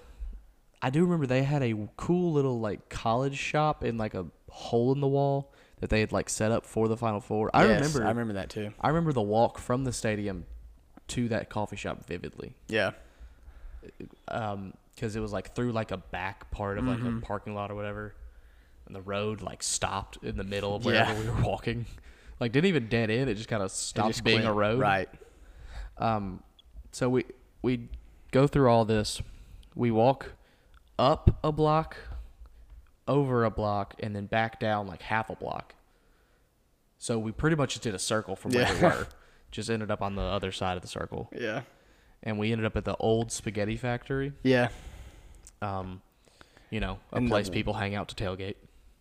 A: I do remember they had a cool little like college shop in like a hole in the wall that they had like set up for the Final Four. I
B: Yes,
A: remember.
B: I remember that too.
A: I remember the walk from the stadium to that coffee shop vividly.
B: Yeah,
A: um because it was like through like a back part of
B: Mm-hmm.
A: like a parking lot or whatever and the road like stopped in the middle of wherever
B: Yeah.
A: we were walking (laughs) like didn't even dead end it just kind of
B: It
A: stopped
B: just
A: being a
B: quit.
A: road
B: right?
A: um so we we go through all this we walk up a block over a block and then back down like half a block so we pretty much just did a circle from where we
B: Yeah.
A: were just ended up on the other side of the circle
B: (laughs) Yeah,
A: and we ended up at the old spaghetti factory
B: yeah,
A: um, you know, a
B: And the-
A: place people hang out to tailgate.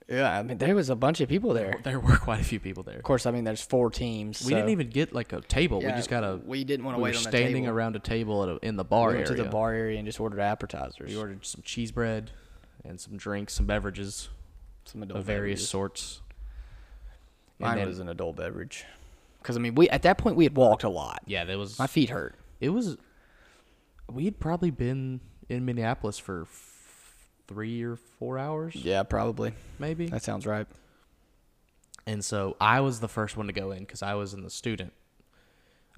B: yeah. I mean, there was a bunch of people there.
A: (laughs) There were quite a few people there.
B: Of course, I mean, there's four teams.
A: We didn't even get like a table. we just got a.
B: We didn't want
A: We
B: to
A: were
B: wait on a
A: standing
B: table.
A: around a table at a, in the bar
B: we
A: area.
B: went to the bar area and just ordered appetizers.
A: We ordered some cheese bread and some drinks, some beverages
B: some
A: of
B: adult
A: various
B: beverages.
A: sorts. And
B: Mine
A: then-
B: was an adult beverage. Because I mean, we at that point we had walked a lot.
A: Yeah, there was.
B: My feet hurt.
A: It was. We had probably been in Minneapolis for f- three or four hours,
B: Yeah, probably.
A: maybe.
B: That sounds right.
A: And so I was the first one to go in because I was in the student.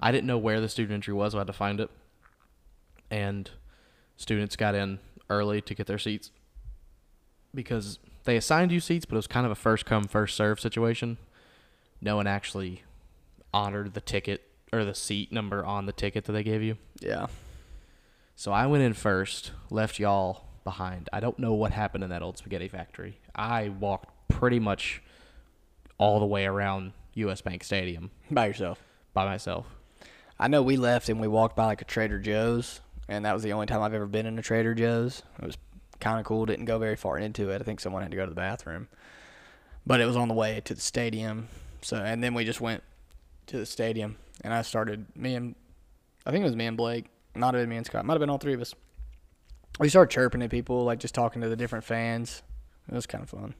A: I didn't know where the student entry was, so I had to find it. And students got in early to get their seats because they assigned you seats, but it was kind of a first come, first serve situation. No one actually honored the ticket or the seat number on the ticket that they gave you.
B: Yeah.
A: So I went in first, left y'all behind. I don't know what happened in that old spaghetti factory. I walked pretty much all the way around US Bank Stadium
B: By yourself.
A: by myself.
B: I know we left and we walked by like a Trader Joe's, and that was the only time I've ever been in a Trader Joe's. It was kind of cool. Didn't go very far into it. I think someone had to go to the bathroom, but it was on the way to the stadium. So and then we just went to the stadium, and I started me and I think it was me and Blake, not been me and Scott, might have been all three of us. We started chirping at people, like just talking to the different fans. It was kind of fun.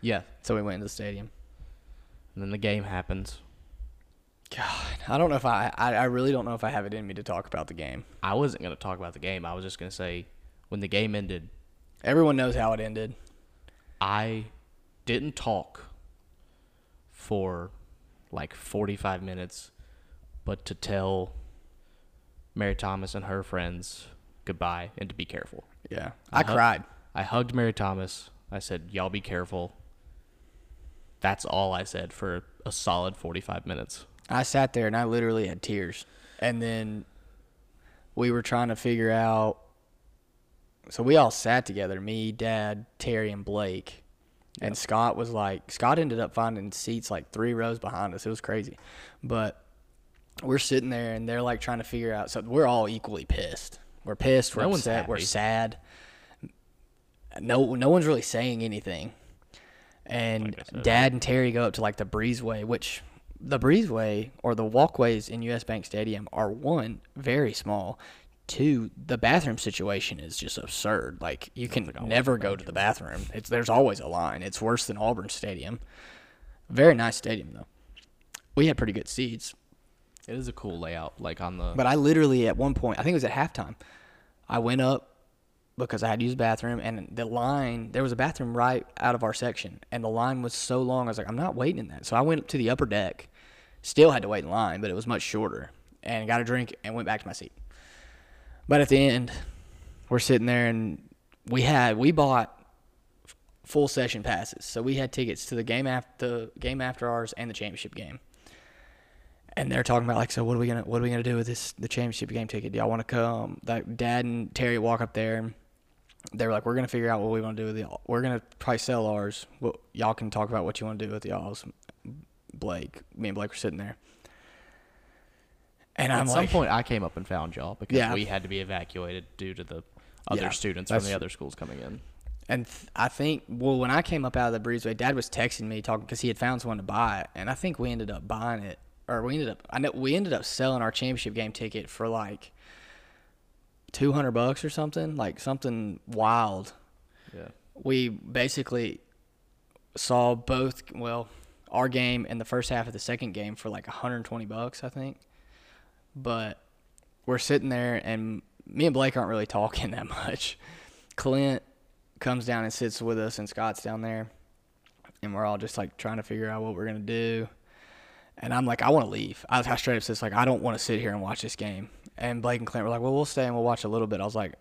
A: Yeah.
B: So we went into the stadium.
A: And then the game happens.
B: God, I don't know if I, I, I really don't know if I have it in me to talk about the game.
A: I wasn't going to talk about the game. I was just going to say when the game ended,
B: Everyone knows how it ended.
A: I didn't talk for like 45 minutes, but to tell Mary Thomas and her friends goodbye and to be careful.
B: Yeah. I
A: Uh-huh.
B: cried.
A: I hugged Mary Thomas. I said, "Y'all be careful." That's all I said for a solid 45 minutes.
B: I sat there and I literally had tears. And then we were trying to figure out. So we all sat together me, dad, Terry, and Blake. And Scott was like, Scott ended up finding seats like three rows behind us. It was crazy. But we're sitting there and they're like trying to figure out something. We're all equally pissed. We're pissed. We're
A: No one's
B: upset. We're
A: happy.
B: sad. No, no one's really saying anything. And
C: Like I said.
B: Dad and Terry go up to like the breezeway, which the breezeway or the walkways in U.S. Bank Stadium are one very small. Two, the bathroom situation is just absurd. Like you can never go to the bathroom. It's there's always a line. It's worse than Auburn Stadium. Very nice stadium though. We had pretty good seats.
A: It is a cool layout, like on the.
B: But I literally at one point, I think it was at halftime, I went up because I had to use the bathroom and the line there was a bathroom right out of our section and the line was so long I was like, I'm not waiting in that. So I went up to the upper deck, still had to wait in line, but it was much shorter. And got a drink and went back to my seat. But at the end, we're sitting there and we had we bought f- full session passes. So we had tickets to the game after the game after ours and the championship game and they're talking about like, so what are we gonna what are we gonna do with this the championship game ticket? Do y'all want to come? Like Dad and Terry walk up there. and They were like, we're gonna figure out what we want to do with it. We're gonna probably sell ours. Well, y'all can talk about what you want to do with y'all's. Blake, me and Blake were sitting there, and
A: at
B: I'm
A: some
B: like,
A: point, I came up and found y'all because
B: Yeah.
A: we had to be evacuated due to the other
B: Yeah,
A: students from
B: that's-
A: the other schools coming in.
B: And th- I think, well, when I came up out of the breezeway, Dad was texting me talking because he had found someone to buy it, and I think we ended up buying it, or we ended up, I know we ended up selling our championship game ticket for like two hundred bucks or something, like something wild.
A: Yeah.
B: We basically saw both, well, our game and the first half of the second game for like one hundred twenty bucks, I think. But we're sitting there, and me and Blake aren't really (laughs) talking that much. Clint comes down and sits with us, and Scott's down there, and we're all just like trying to figure out what we're gonna do. And I'm like, I want to leave. I, I straight up says like, I don't want to sit here and watch this game. And Blake and Clint were like, Well, we'll stay and we'll watch a little bit. I was like,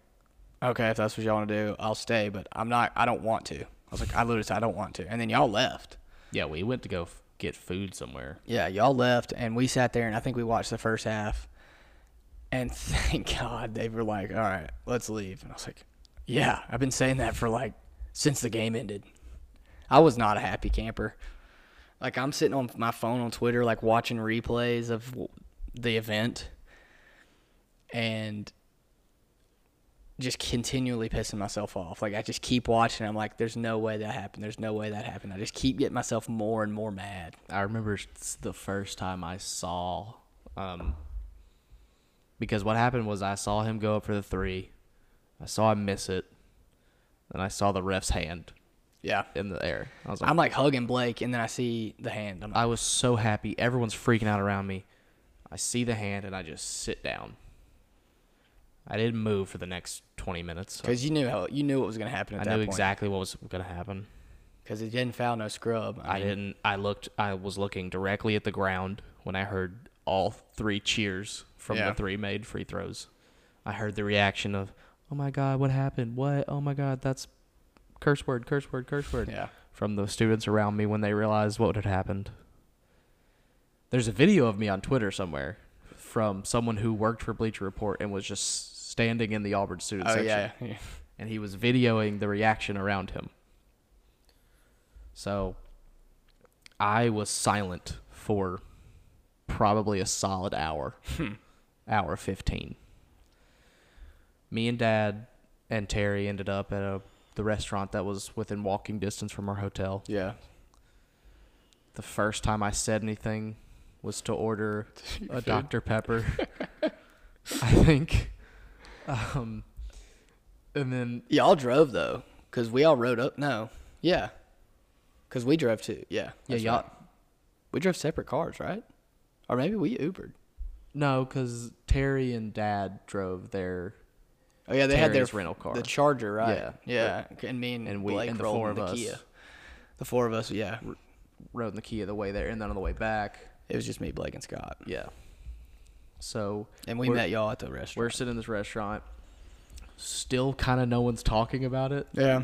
B: Okay, if that's what y'all want to do, I'll stay, but I'm not. I don't want to. I was like, I literally said I don't want to. And then y'all left.
A: Yeah, we went to go f- get food somewhere.
B: Yeah, y'all left, and we sat there, and I think we watched the first half. And (laughs) thank God they were like, "All right, let's leave." And I was like, "Yeah, I've been saying that for like since the game ended." I was not a happy camper. Like I'm sitting on my phone on Twitter, like watching replays of w- the event, and just continually pissing myself off. Like I just keep watching. I'm like, "There's no way that happened. There's no way that happened." I just keep getting myself more and more mad.
A: I remember s- the first time I saw, um, because what happened was I saw him go up for the three, I saw him miss it, and I saw the ref's hand
B: Yeah.
A: in the air. I was like,
B: I'm like hugging Blake, and then I see the hand. I'm like,
A: I was so happy. Everyone's freaking out around me. I see the hand and I just sit down. I didn't move for the next 20 minutes. So
B: because you knew how you knew what was gonna happen at
A: Oh. I
B: that
A: knew
B: point.
A: exactly what was going to happen.
B: Because it didn't foul no scrub.
A: I
B: mean,
A: didn't. I looked. I was looking directly at the ground when I heard all three cheers from
B: Yeah.
A: the three made free throws. I heard the reaction of, "Oh my god, what happened? What? Oh my god, that's curse word, curse word, curse word."
B: Yeah.
A: From the students around me when they realized what had happened. There's a video of me on Twitter somewhere from someone who worked for Bleacher Report and was just standing in the Auburn student
B: Oh
A: section
B: yeah, yeah.
A: and he was videoing the reaction around him. So I was silent for probably a solid
B: (laughs)
A: hour,
B: Hmm.
A: hour 15. Me and dad and Terry ended up at a, the restaurant that was within walking distance from our hotel.
B: (laughs) yeah.
A: The first time I said anything was to order a Dr. Pepper, I think. Um, and then
B: Y'all drove though, because we all rode up. No, yeah, because we drove too. Yeah,
A: Yeah,
B: that's
A: y'all-
B: right. We drove separate cars, right? Or maybe we Ubered.
A: No, because Terry and Dad drove there,
B: Oh yeah, they had their
A: Terry's rental car.
B: the Charger, right?
A: Yeah.
B: yeah. And me and,
A: and we
B: Blake
A: and the
B: rolled
A: four
B: in
A: of us
B: the Kia. The four of us, yeah.
A: rode in the Kia the way there, and then on the way back,
B: It was just me, Blake, and Scott,
A: yeah. So
B: and we
A: we're-
B: met y'all at the restaurant.
A: We're sitting in this restaurant, still kind of no one's talking about it.
B: yeah,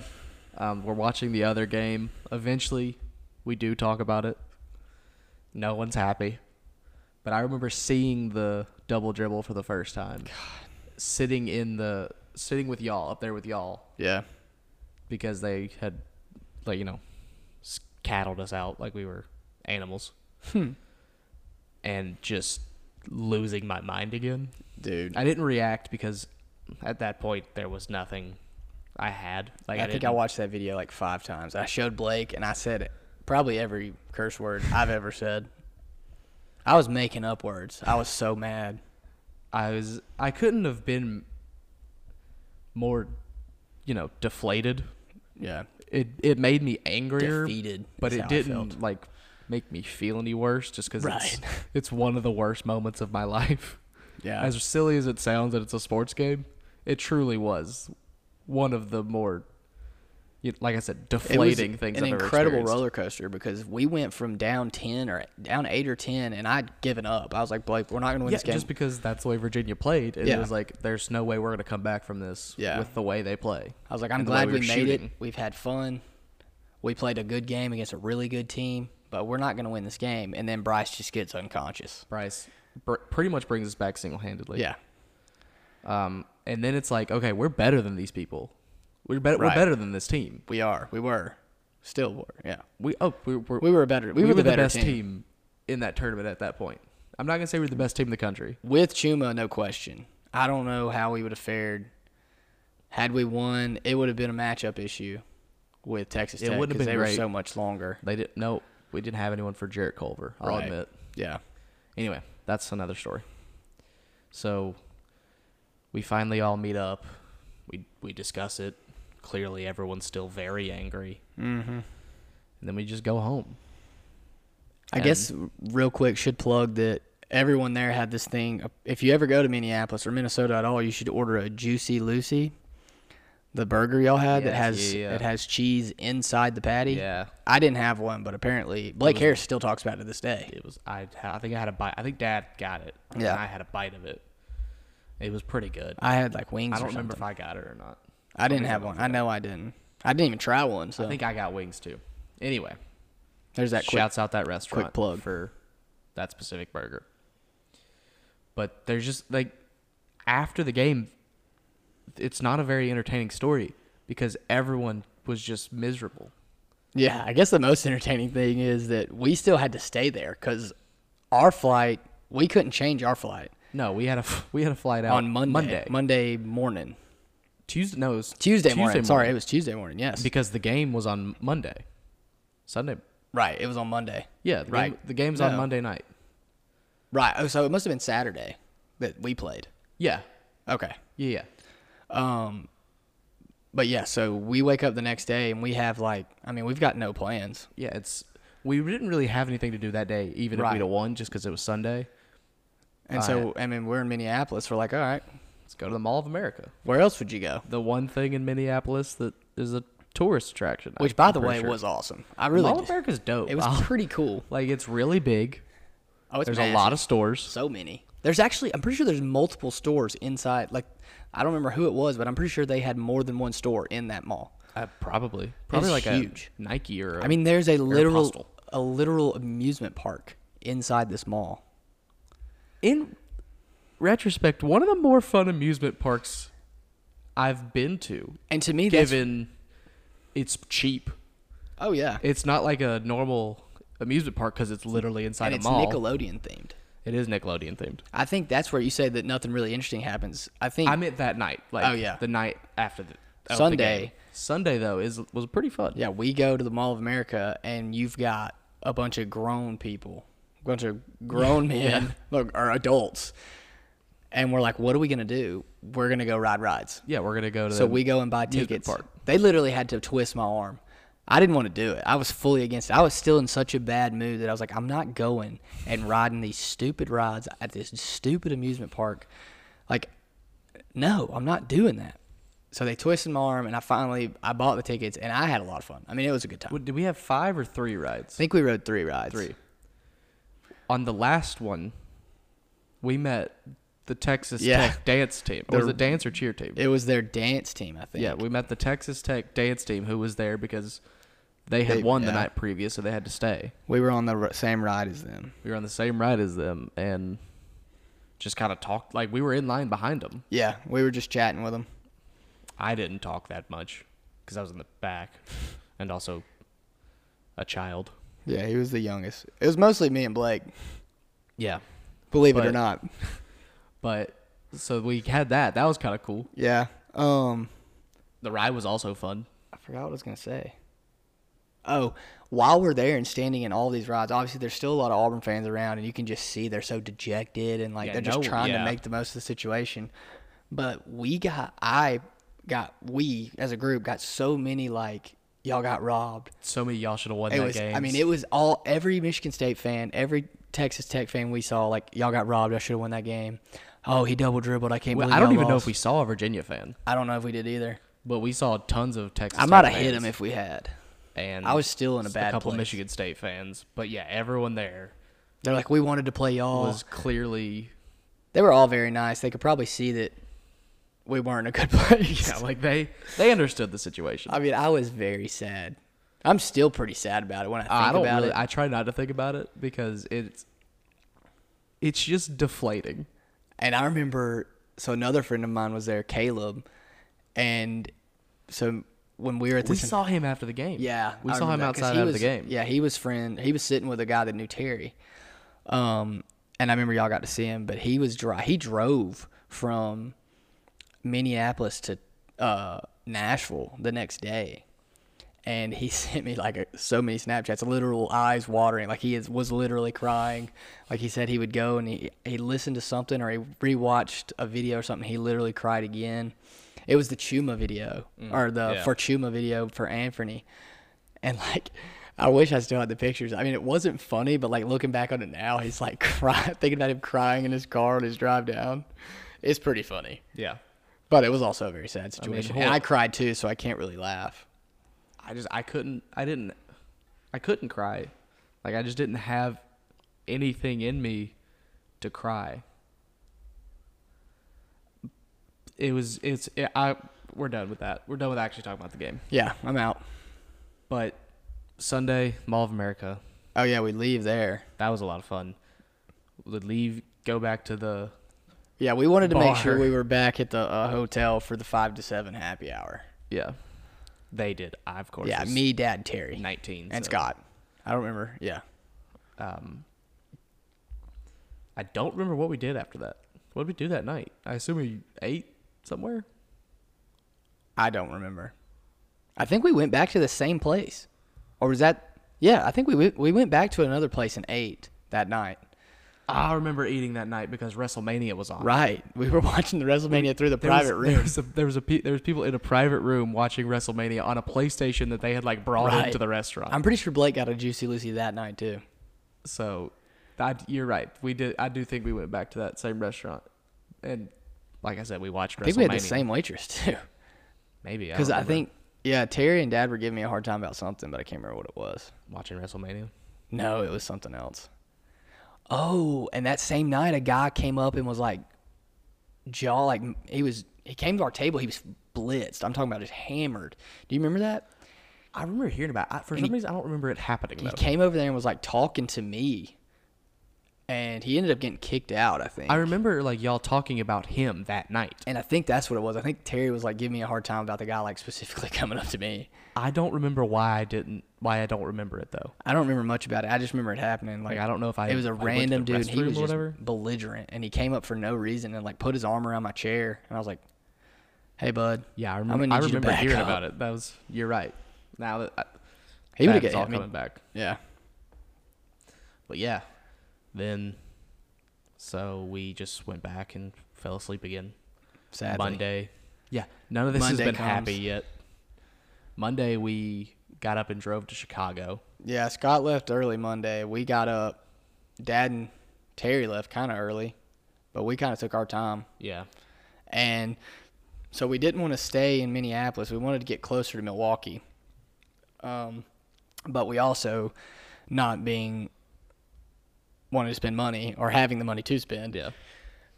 A: Um, we're watching the other game. Eventually, we do talk about it. No one's happy, but I remember seeing the double dribble for the first time, sitting in the sitting with y'all up there with y'all
B: yeah.
A: because they had, like you know, s- Hmm. cattled us out like we were animals, and just losing my mind again.
B: dude.
A: I didn't react because at that point there was nothing I had. Like I,
B: I think I
A: didn't-
B: watched that video like five times. I showed Blake and I said probably every curse word I've ever said. I was making up words. I was so mad.
A: I was I couldn't have been more, you know, deflated.
B: Yeah.
A: It it made me angrier,
B: Defeated.
A: but
B: is
A: it
B: how I felt.
A: didn't like make me feel any worse. Just because
B: (laughs)
A: it's it's one of the worst moments of my (laughs) life.
B: Yeah.
A: As silly as it sounds that it's a sports game, it truly was one of the more, you- like I said,
B: It was
A: deflating things.
B: An
A: I've ever
B: incredible
A: experienced.
B: roller coaster because we went from down ten or down eight or ten, and I'd given up. I was like, Blake, we're not going to win
A: Yeah,
B: this game.
A: just because that's the way Virginia played, and
B: Yeah.
A: it was like, there's no way we're gonna come back from this
B: Yeah.
A: with the way they play.
B: I was like, I'm
A: and the way
B: glad
A: we
B: we,
A: were
B: made
A: shooting.
B: it. We've had fun. We played a good game against a really good team, but we're not going to win this game. And then Bryce just gets unconscious.
A: Bryce br- pretty much brings us back single-handedly.
B: Yeah.
A: Um, and then it's like, okay, we're better than these people. We're better.
B: Right.
A: We're better than this team.
B: We are. We were. Still were. Yeah.
A: We oh we were
B: We were a better. We, were, the, better
A: best
B: team.
A: team. in that tournament at that point. I'm not gonna say we're the best team in the country.
B: With Chuma, no question. I don't know how we would have fared. Had we won, it would have been a matchup issue with Texas
A: It
B: Tech
A: wouldn't have
B: because
A: been
B: they were
A: great.
B: so much longer.
A: They didn't. No, we didn't have anyone for Jarrett Culver. I'll
B: Right.
A: admit.
B: Yeah.
A: Anyway, that's another story. So we finally all meet up. We we discuss it. Clearly, everyone's still very angry. Mm-hmm. And then we just go home.
B: I guess real quick should plug that everyone there had this thing. If you ever go to Minneapolis or Minnesota at all, you should order a Juicy Lucy, the burger y'all had that
A: Yes,
B: has
A: yeah, yeah.
B: it has cheese inside the patty.
A: Yeah.
B: I didn't have one, but apparently Blake Harris still talks about it to this day.
A: It was I. I think I had a bite. I think Dad got it. and
B: Yeah.
A: I had a bite of it. It was pretty good. I,
B: I had like wings.
A: don't
B: or
A: remember if
B: something.
A: I got it or not.
B: I didn't have one. I know I didn't. I didn't even try one. So
A: I think I got wings too. Anyway,
B: there's that quick.
A: shouts out that restaurant.
B: quick plug.
A: for that specific burger. But there's just like after the game, it's not a very entertaining story because everyone was just miserable.
B: Yeah, I guess the most entertaining thing is that we still had to stay there because our flight we couldn't change our flight
A: No, we had a (laughs) we had a flight out
B: on Monday.
A: Monday,
B: Monday morning.
A: Tuesday. No, it was
B: Tuesday, morning. Sorry, it was Tuesday morning. Yes,
A: because the game was on Monday, Sunday.
B: right. It was on Monday.
A: Yeah, the
B: right.
A: Game, the game's on
B: No.
A: Monday night.
B: Right. Oh, so it must have been Saturday that we played.
A: Yeah,
B: Okay.
A: yeah, yeah.
B: Um, but yeah, so we wake up the next day and we have like, I mean, we've got no plans.
A: yeah it's we didn't really have anything to do that day, even if
B: Right.
A: we'd have won, just because it was Sunday.
B: And so, I mean, we're in Minneapolis. We're like, all right,
A: Let's go to the Mall of America.
B: where else would you go?
A: the one thing in Minneapolis that is a tourist attraction.
B: Which,
A: I'm
B: by the
A: pretty
B: way,
A: sure.
B: was awesome. I really,
A: Mall of
B: did-
A: America's dope.
B: it was
A: I'll-
B: pretty cool.
A: (laughs) like it's really big.
B: Oh, it's
A: There's
B: massive.
A: a lot of stores.
B: so many. There's actually, I'm pretty sure there's multiple stores inside. Like, I don't remember who it was, but I'm pretty sure they had more than one store in that mall.
A: Uh, probably, probably like
B: huge.
A: a Nike or I
B: I mean, there's a literal
A: Aeropostale.
B: a literal amusement park inside this mall.
A: in retrospect, one of the more fun amusement parks I've been to.
B: And to me, that's
A: Given it's cheap,
B: oh yeah,
A: it's not like a normal amusement park because it's literally inside
B: and
A: a
B: it's
A: mall.
B: Nickelodeon themed.
A: it is Nickelodeon themed.
B: I think that's where you say that nothing really interesting happens. I think
A: I meant that night. Like
B: Oh, yeah.
A: the night after the of the
B: Sunday.
A: game. Sunday though is was pretty fun.
B: yeah, we go to the Mall of America, and you've got a bunch of grown people, a bunch of grown men, look, or adults, and we're like, what are we gonna do? We're gonna go ride rides.
A: Yeah, we're gonna go to.
B: So
A: the
B: we go and buy
A: amusement
B: tickets.
A: park.
B: They literally had to twist my arm. I didn't want to do it. I was fully against it. I was still in such a bad mood that I was like, I'm not going and riding these stupid rides at this stupid amusement park. Like, no, I'm not doing that. So they twisted my arm, and I finally I bought the tickets, and I had a lot of fun. I mean, it was a good time. I
A: What- Did we have five or three rides?
B: think we rode three rides.
A: Three. On the last one, we met the Texas
B: Yeah.
A: Tech dance team. Or was
B: The-
A: it dance or cheer team?
B: It was their dance team, I think.
A: yeah, we met the Texas Tech dance team who was there because they had
B: They-
A: won the
B: yeah.
A: night previous, so they had to stay.
B: we were on the r- same ride as them.
A: We were on the same ride as them and just kind of talked like we were in line behind them.
B: Yeah, we were just chatting with them.
A: I didn't talk that much because I was in the back and also a child.
B: Yeah, he was the youngest. It was mostly me and Blake.
A: Yeah.
B: believe it
A: But-
B: or not.
A: But so we had that. That was kind of cool.
B: Yeah. Um,
A: The ride was also fun.
B: I forgot what I was gonna say. Oh, while we're there and standing in all these rides, obviously there's still a lot of Auburn fans around, and you can just see they're so dejected and like
A: Yeah,
B: they're just
A: no-
B: trying
A: yeah.
B: to make the most of the situation. But we got, I got, we as a group got so many like y'all got robbed.
A: So many of y'all should have won
B: It
A: that
B: was,
A: game.
B: I mean, it was all every Michigan State fan, every Texas Tech fan we saw like y'all got robbed. I should have won that game. Oh, he double dribbled. I can't
A: Well,
B: believe.
A: I don't
B: y'all
A: even know
B: lost."
A: if we saw a Virginia fan,
B: I don't know if we did either.
A: but we saw tons of Texas.
B: I might
A: Tech
B: have hit him
A: fans
B: if we had.
A: and
B: I was still in a bad
A: a couple
B: place.
A: Michigan State fans. But yeah, everyone there
B: They're like, we wanted to play y'all.
A: was clearly (laughs)
B: they were all very nice. They could probably see that we weren't a good (laughs) place.
A: yeah, like they they understood the situation.
B: I mean, I was very sad. I'm still pretty sad about it when I think
A: I don't
B: about
A: really.
B: it.
A: I try not to think about it because it's it's just deflating.
B: and I remember, so another friend of mine was there, Caleb, and so when we were at
A: We
B: this,
A: saw him after the game.
B: yeah,
A: we
B: I
A: saw him
B: remember that, 'cause
A: outside
B: he
A: after
B: was-
A: the game.
B: Yeah, he was friend. He was sitting with a guy that knew Terry, um, and I remember y'all got to see him, but he was dry. He drove from Minneapolis to uh, Nashville the next day, and he (laughs) sent me like a, so many Snapchats, literal eyes watering, like he is, was literally crying. Like he said he would go and he he listened to something or he rewatched a video or something. He literally cried again. It was the Chuma video or the
A: yeah.
B: for Chuma video for Anthony, and like. I wish I still had the pictures. I mean, it wasn't funny, but like looking back on it now, he's like (laughs) crying, thinking about him crying in his car on his drive down. It's pretty funny.
A: yeah.
B: But it was also a very sad situation.
A: hor-
B: and I cried too, so I can't really laugh.
A: I just I couldn't I didn't I couldn't cry. Like I just didn't have anything in me to cry. It was it's it, I we're done with that. We're done with actually talking about the game.
B: Yeah, I'm out.
A: But Sunday Mall of America,
B: Oh yeah, we leave there.
A: that was a lot of fun. Would leave go back to the
B: Yeah, we wanted to make sure
A: Bar.
B: we were back at the uh, hotel for the five to seven happy hour.
A: yeah. They did. I of course
B: Yeah,
A: was
B: me, Dad, Terry,
A: 19
B: and
A: so,
B: Scott. I don't remember. Yeah,
A: Um I don't remember what we did after that. What did we do that night? I assume we ate somewhere.
B: I don't remember. I think we went back to the same place, or was that? Yeah, I think we went, we went back to another place and ate that night.
A: Ah, I remember eating that night because WrestleMania was on.
B: Right, we were (laughs) watching the WrestleMania through the
A: There
B: private
A: was,
B: room.
A: (laughs) There was, a, there, was a, pe- there was people in a private room watching WrestleMania on a PlayStation that they had like brought
B: Right.
A: into the restaurant.
B: I'm pretty sure Blake got a juicy Lucy that night too.
A: so, I, you're right. We did. I do think we went back to that same restaurant, and like I said, we watched WrestleMania.
B: I think we had the same waitress (laughs) too.
A: Maybe
B: Because I,
A: remember.
B: think, yeah, Terry and Dad were giving me a hard time about something, but I can't remember what it was.
A: watching WrestleMania.
B: No, it was something else. Oh, and that same night, a guy came up and was like, jaw, like, he was, he came to our table. He was blitzed. I'm talking about just hammered. Do you remember that?
A: I remember hearing about. I, for some reason, I don't remember it happening
B: He
A: though.
B: came over there and was like talking to me. And he ended up getting kicked out, I think.
A: I remember like y'all talking about him that night.
B: and I think that's what it was. I think Terry was like giving me a hard time about the guy, like, specifically (laughs) coming up to me.
A: I don't remember why I didn't. Why I don't remember it though.
B: I don't remember much about it. I just remember it happening. Like,
A: Like I don't know if I.
B: it was a
A: a
B: random dude. He was
A: or
B: just
A: whatever.
B: belligerent, and he came up for no reason and like put his arm around my chair, and I was like, "Hey, bud."
A: Yeah, I
B: I'm
A: remember.
B: gonna
A: I
B: need you to
A: remember
B: back
A: hearing
B: up.
A: about it. That was. You're right. Now that I,
B: He would
A: that
B: have
A: is all
B: got
A: coming
B: me.
A: back.
B: Yeah,
A: But yeah, then. So we just went back and fell asleep again.
B: sadly.
A: Monday. Yeah, none of this
B: Monday
A: has been
B: comes.
A: happy yet. Monday we got up and drove to Chicago.
B: Yeah, Scott left early Monday. We got up. Dad and Terry left kind of early, but we kind of took our time,
A: Yeah.
B: and so we didn't want to stay in Minneapolis. We wanted to get closer to Milwaukee, um, but we also, not being wanting to spend money or having the money to spend,
A: Yeah.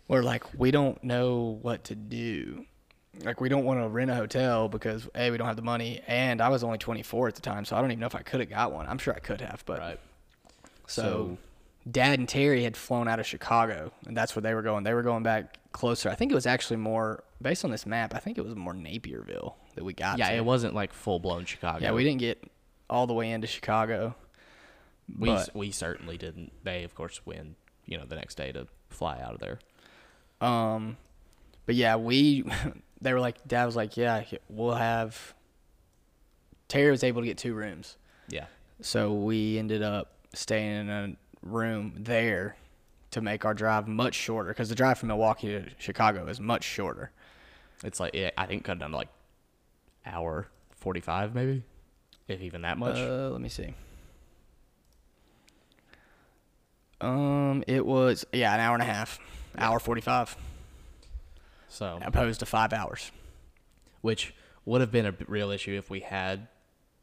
B: we're like we don't know what to do like we don't want to rent a hotel because a we don't have the money and i was only 24 at the time so i don't even know if i could have got one i'm sure i could have but
A: Right.
B: so,
A: So-
B: dad and terry had flown out of chicago and that's where they were going they were going back closer i think it was actually more based on this map i think it was more napierville that we got
A: Yeah,
B: to.
A: it wasn't like full blown Chicago.
B: yeah we didn't get all the way into chicago
A: We
B: but-
A: we certainly didn't. They of course win you know the next day to fly out of there.
B: Um, but yeah, we (laughs) they were like, Dad was like, yeah, we'll have. Terry was able to get two rooms,
A: Yeah.
B: so we ended up staying in a room there to make our drive much shorter because the drive from Milwaukee to Chicago is much shorter.
A: It's like yeah, I think it cut down to like hour forty five maybe, if even that much.
B: Uh, let me see. Um, it was yeah, an hour and a half, hour forty-five,
A: so
B: opposed to five hours.
A: which would have been a b- real issue if we had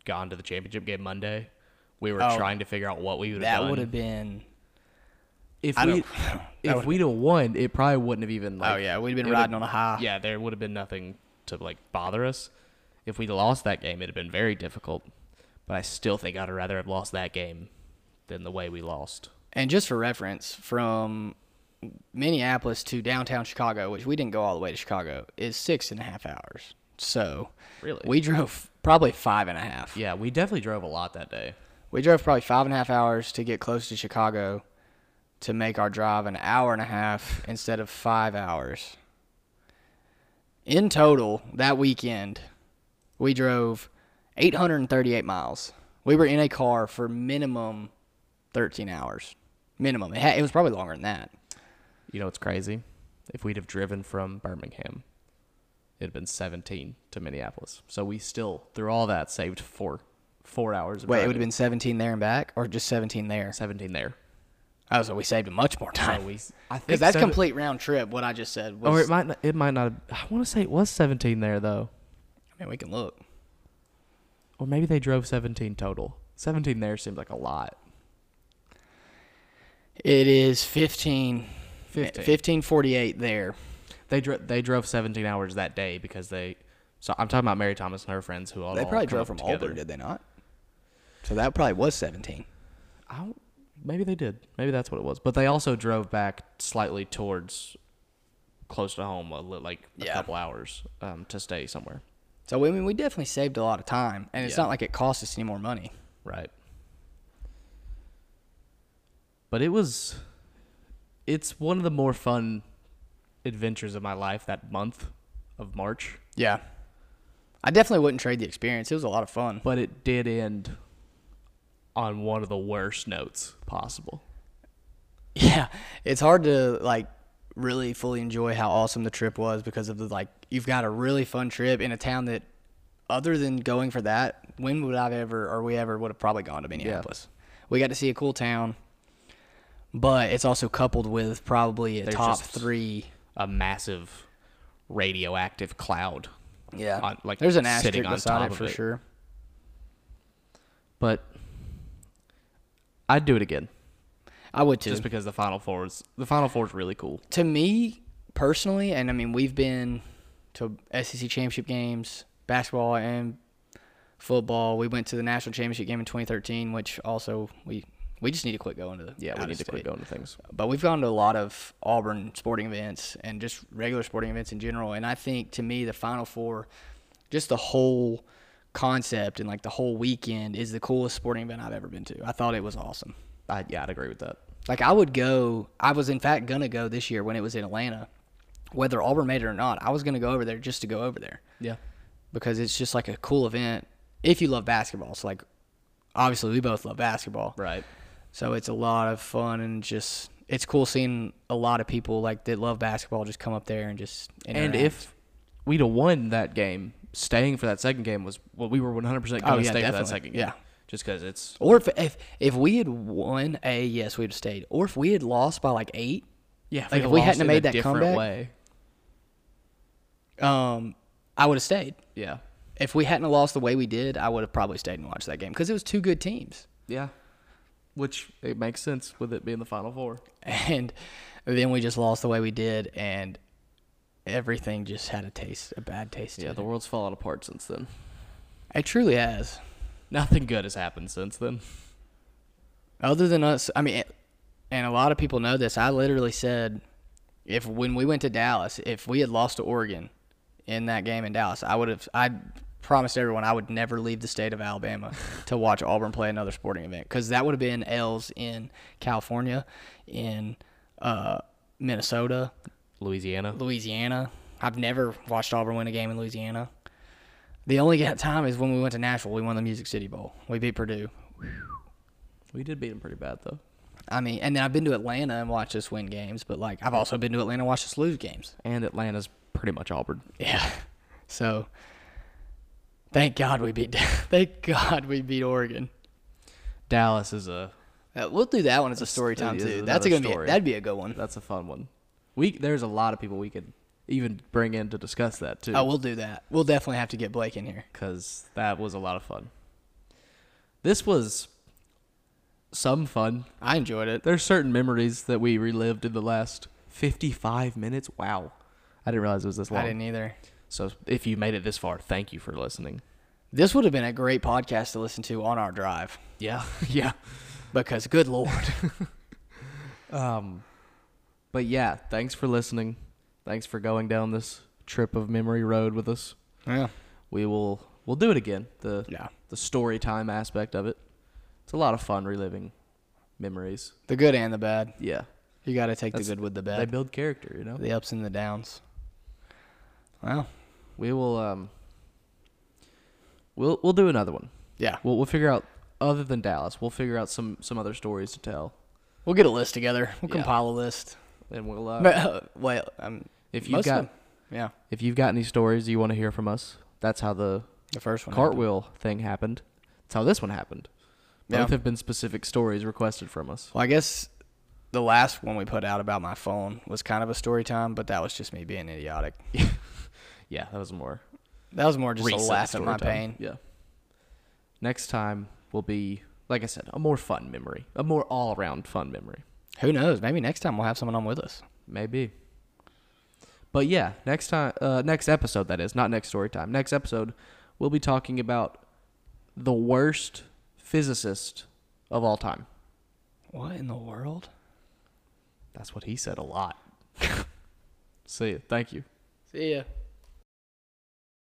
A: gone to the championship game Monday. We were
B: Oh.
A: trying to figure out what we would have
B: That
A: done.
B: would have been.
A: if
B: I (laughs)
A: we
B: don't. that
A: if
B: would-
A: we'd have won, it probably wouldn't have even like
B: oh yeah, we'd been
A: it would've-
B: riding on a high.
A: yeah, there would have been nothing to like bother us. If we lost that game, it'd have been very difficult. But I still think I'd rather have lost that game than the way we lost.
B: And just for reference, from Minneapolis to downtown Chicago, which we didn't go all the way to Chicago, is six and a half hours. So
A: Really?
B: we drove probably five and a half.
A: yeah, we definitely drove a lot that day.
B: We drove probably five and a half hours to get close to Chicago to make our drive an hour and a half instead of five hours. In total, that weekend, we drove 838 miles. We were in a car for minimum 13 hours. Minimum. It, ha- it was probably longer than that.
A: You know what's crazy? If we'd have driven from Birmingham, it'd have been 17 to Minneapolis. So we still, through all that, saved four four hours. Of
B: Wait, it would have
A: driving.
B: been 17 there and back, or just 17 there?
A: 17 there.
B: Oh, so we saved much more
A: So
B: time.
A: we, I think
B: Because that's
A: so-
B: complete round trip, what I just said. Was,
A: Or it might not, it might not. Have, I want to say it was 17 there though,
B: I mean, we can look.
A: or maybe they drove 17 total. 17 there seems like a lot.
B: It is 15
A: 15.
B: 1548 there.
A: They dro- they drove 17 hours that day because they. So I'm talking about Mary Thomas and her friends who all
B: They
A: all
B: probably
A: come
B: drove
A: up
B: from
A: together.
B: Auburn, did they not? So that probably was 17.
A: I don't, maybe they did. Maybe that's what it was. But they also drove back slightly towards close to home, a li- like a
B: Yeah.
A: couple hours um, to stay somewhere.
B: So I mean, we definitely saved a lot of time, and it's
A: Yeah.
B: not like it cost us any more money.
A: Right. But it was it's one of the more fun adventures of my life that month of March.
B: Yeah. I definitely wouldn't trade the experience. It was a lot of fun.
A: But it did end on one of the worst notes possible.
B: Yeah, it's hard to like really fully enjoy how awesome the trip was because of the like you've got a really fun trip in a town that other than going for that, when would I've ever or we ever would have probably gone to Minneapolis. We got to see a cool town, but it's also coupled with probably a
A: There's
B: top
A: just-
B: three.
A: A massive radioactive cloud.
B: Yeah,
A: on- like,
B: there's an
A: sitting
B: asterisk
A: on
B: beside
A: top
B: it
A: of
B: for
A: it.
B: sure.
A: But I'd do it again.
B: I would too.
A: Just because the final four is the final four is really cool.
B: to me personally, and I mean, we've been to SEC championship games, basketball and football. We went to the national championship game in 2013, which also we we just need to quit going to the
A: Yeah,
B: out
A: we
B: of
A: need to quit
B: state.
A: going to things.
B: But we've gone to a lot of Auburn sporting events and just regular sporting events in general. And I think to me, the Final Four, just the whole concept and like the whole weekend is the coolest sporting event I've ever been to. I thought it was awesome.
A: I, yeah, I'd agree with that.
B: Like I would go. I was in fact gonna go this year when it was in Atlanta, whether Auburn made it or not. I was gonna go over there just to go over there
A: Yeah.
B: because it's just like a cool event if you love basketball. So like, obviously we both love basketball,
A: Right.
B: so it's a lot of fun and just it's cool seeing a lot of people like that love basketball just come up there and just
A: And
B: interact.
A: if we'd have won that game, staying for that second game was well, we were 100 percent
B: Oh,
A: going to
B: yeah,
A: stay for that
B: definitely.
A: second game.
B: Yeah.
A: Just because it's
B: or if if if we had won, a yes we'd have stayed. Or if we had lost by like eight,
A: yeah.
B: Like, if we hadn't have made that comeback-
A: way,
B: um, I would have stayed.
A: yeah,
B: if we hadn't lost the way we did, I would have probably stayed and watched that game because it was two good teams. (laughs)
A: yeah, which it makes sense with it being the final four.
B: And then we just lost the way we did, and everything just had a taste, a bad taste.
A: Yeah,
B: Yeah,
A: the world's fallen apart since then.
B: it truly has.
A: (laughs) Nothing good has happened since then.
B: Other than us, I mean, and a lot of people know this. I literally said, if when we went to Dallas, if we had lost to Oregon in that game in Dallas, I would have. I promised everyone I would never leave the state of Alabama to watch Auburn play another sporting event because that would have been L's in California, in uh, Minnesota,
A: Louisiana.
B: Louisiana. I've never watched Auburn win a game in Louisiana. The only (laughs) ga- time is when we went to Nashville. We won the Music City Bowl. We beat Purdue.
A: We did beat them pretty bad though.
B: I mean, and then I've been to Atlanta and watched us win games, but like I've also been to Atlanta and watched us lose games. (laughs)
A: And Atlanta's pretty much Auburn.
B: Yeah. So thank God we beat (laughs) thank God we beat Oregon.
A: Dallas is a
B: Uh, we'll do that one as a story
A: it
B: time
A: is
B: too. That's
A: another
B: gonna be
A: story.
B: that'd be a good one.
A: that's a fun one. We there's a lot of people we could even bring in to discuss that too.
B: Oh, we'll do that. We'll definitely have to get Blake in here.
A: because that was a lot of fun. This was some fun.
B: I enjoyed it.
A: There's certain memories that we relived in the last 55 minutes. Wow. I didn't realize it was this long.
B: I didn't either.
A: So if you made it this far, thank you for listening.
B: This would have been a great podcast to listen to on our drive
A: Yeah. (laughs) yeah.
B: because
A: (laughs)
B: good lord,
A: Um but yeah, thanks for listening. Thanks for going down this trip of memory road with us.
B: yeah,
A: We will we'll do it again. The
B: yeah,
A: the story time aspect of it. It's a lot of fun reliving memories.
B: the good and the bad.
A: Yeah.
B: You got to take
A: That's-
B: the good with the
A: They
B: bad,
A: build character, you know.
B: the ups and the downs. Well,
A: We will um we'll we'll do another one.
B: yeah,
A: We'll we'll figure out other than Dallas, we'll figure out some some other stories to tell.
B: we'll get a list together. We'll
A: Yeah.
B: compile a list.
A: And we'll uh,
B: (laughs) But, uh, well, um,
A: if you've
B: most of
A: got
B: them. yeah,
A: if you've got any stories you want to hear from us, that's how the
B: the first one. happened.
A: cartwheel thing happened. That's how this one happened. Both
B: Yeah.
A: have been specific stories requested from us.
B: Well, I guess the last one we put out about my phone was kind of a story time, but that was just me being (laughs) idiotic.
A: Yeah, that was more
B: That was more just
A: recent
B: a laugh at
A: story
B: my
A: time.
B: pain.
A: Yeah. Next time will be like I said, a more fun memory, a more all-around fun memory.
B: Who knows? Maybe next time we'll have someone on with us.
A: Maybe. But yeah, next time, uh, next episode that is not next story time. Next episode, we'll be talking about the worst physicist of all time.
B: What in the world?
A: That's what he said a lot. (laughs) See, ya. thank you.
B: See ya.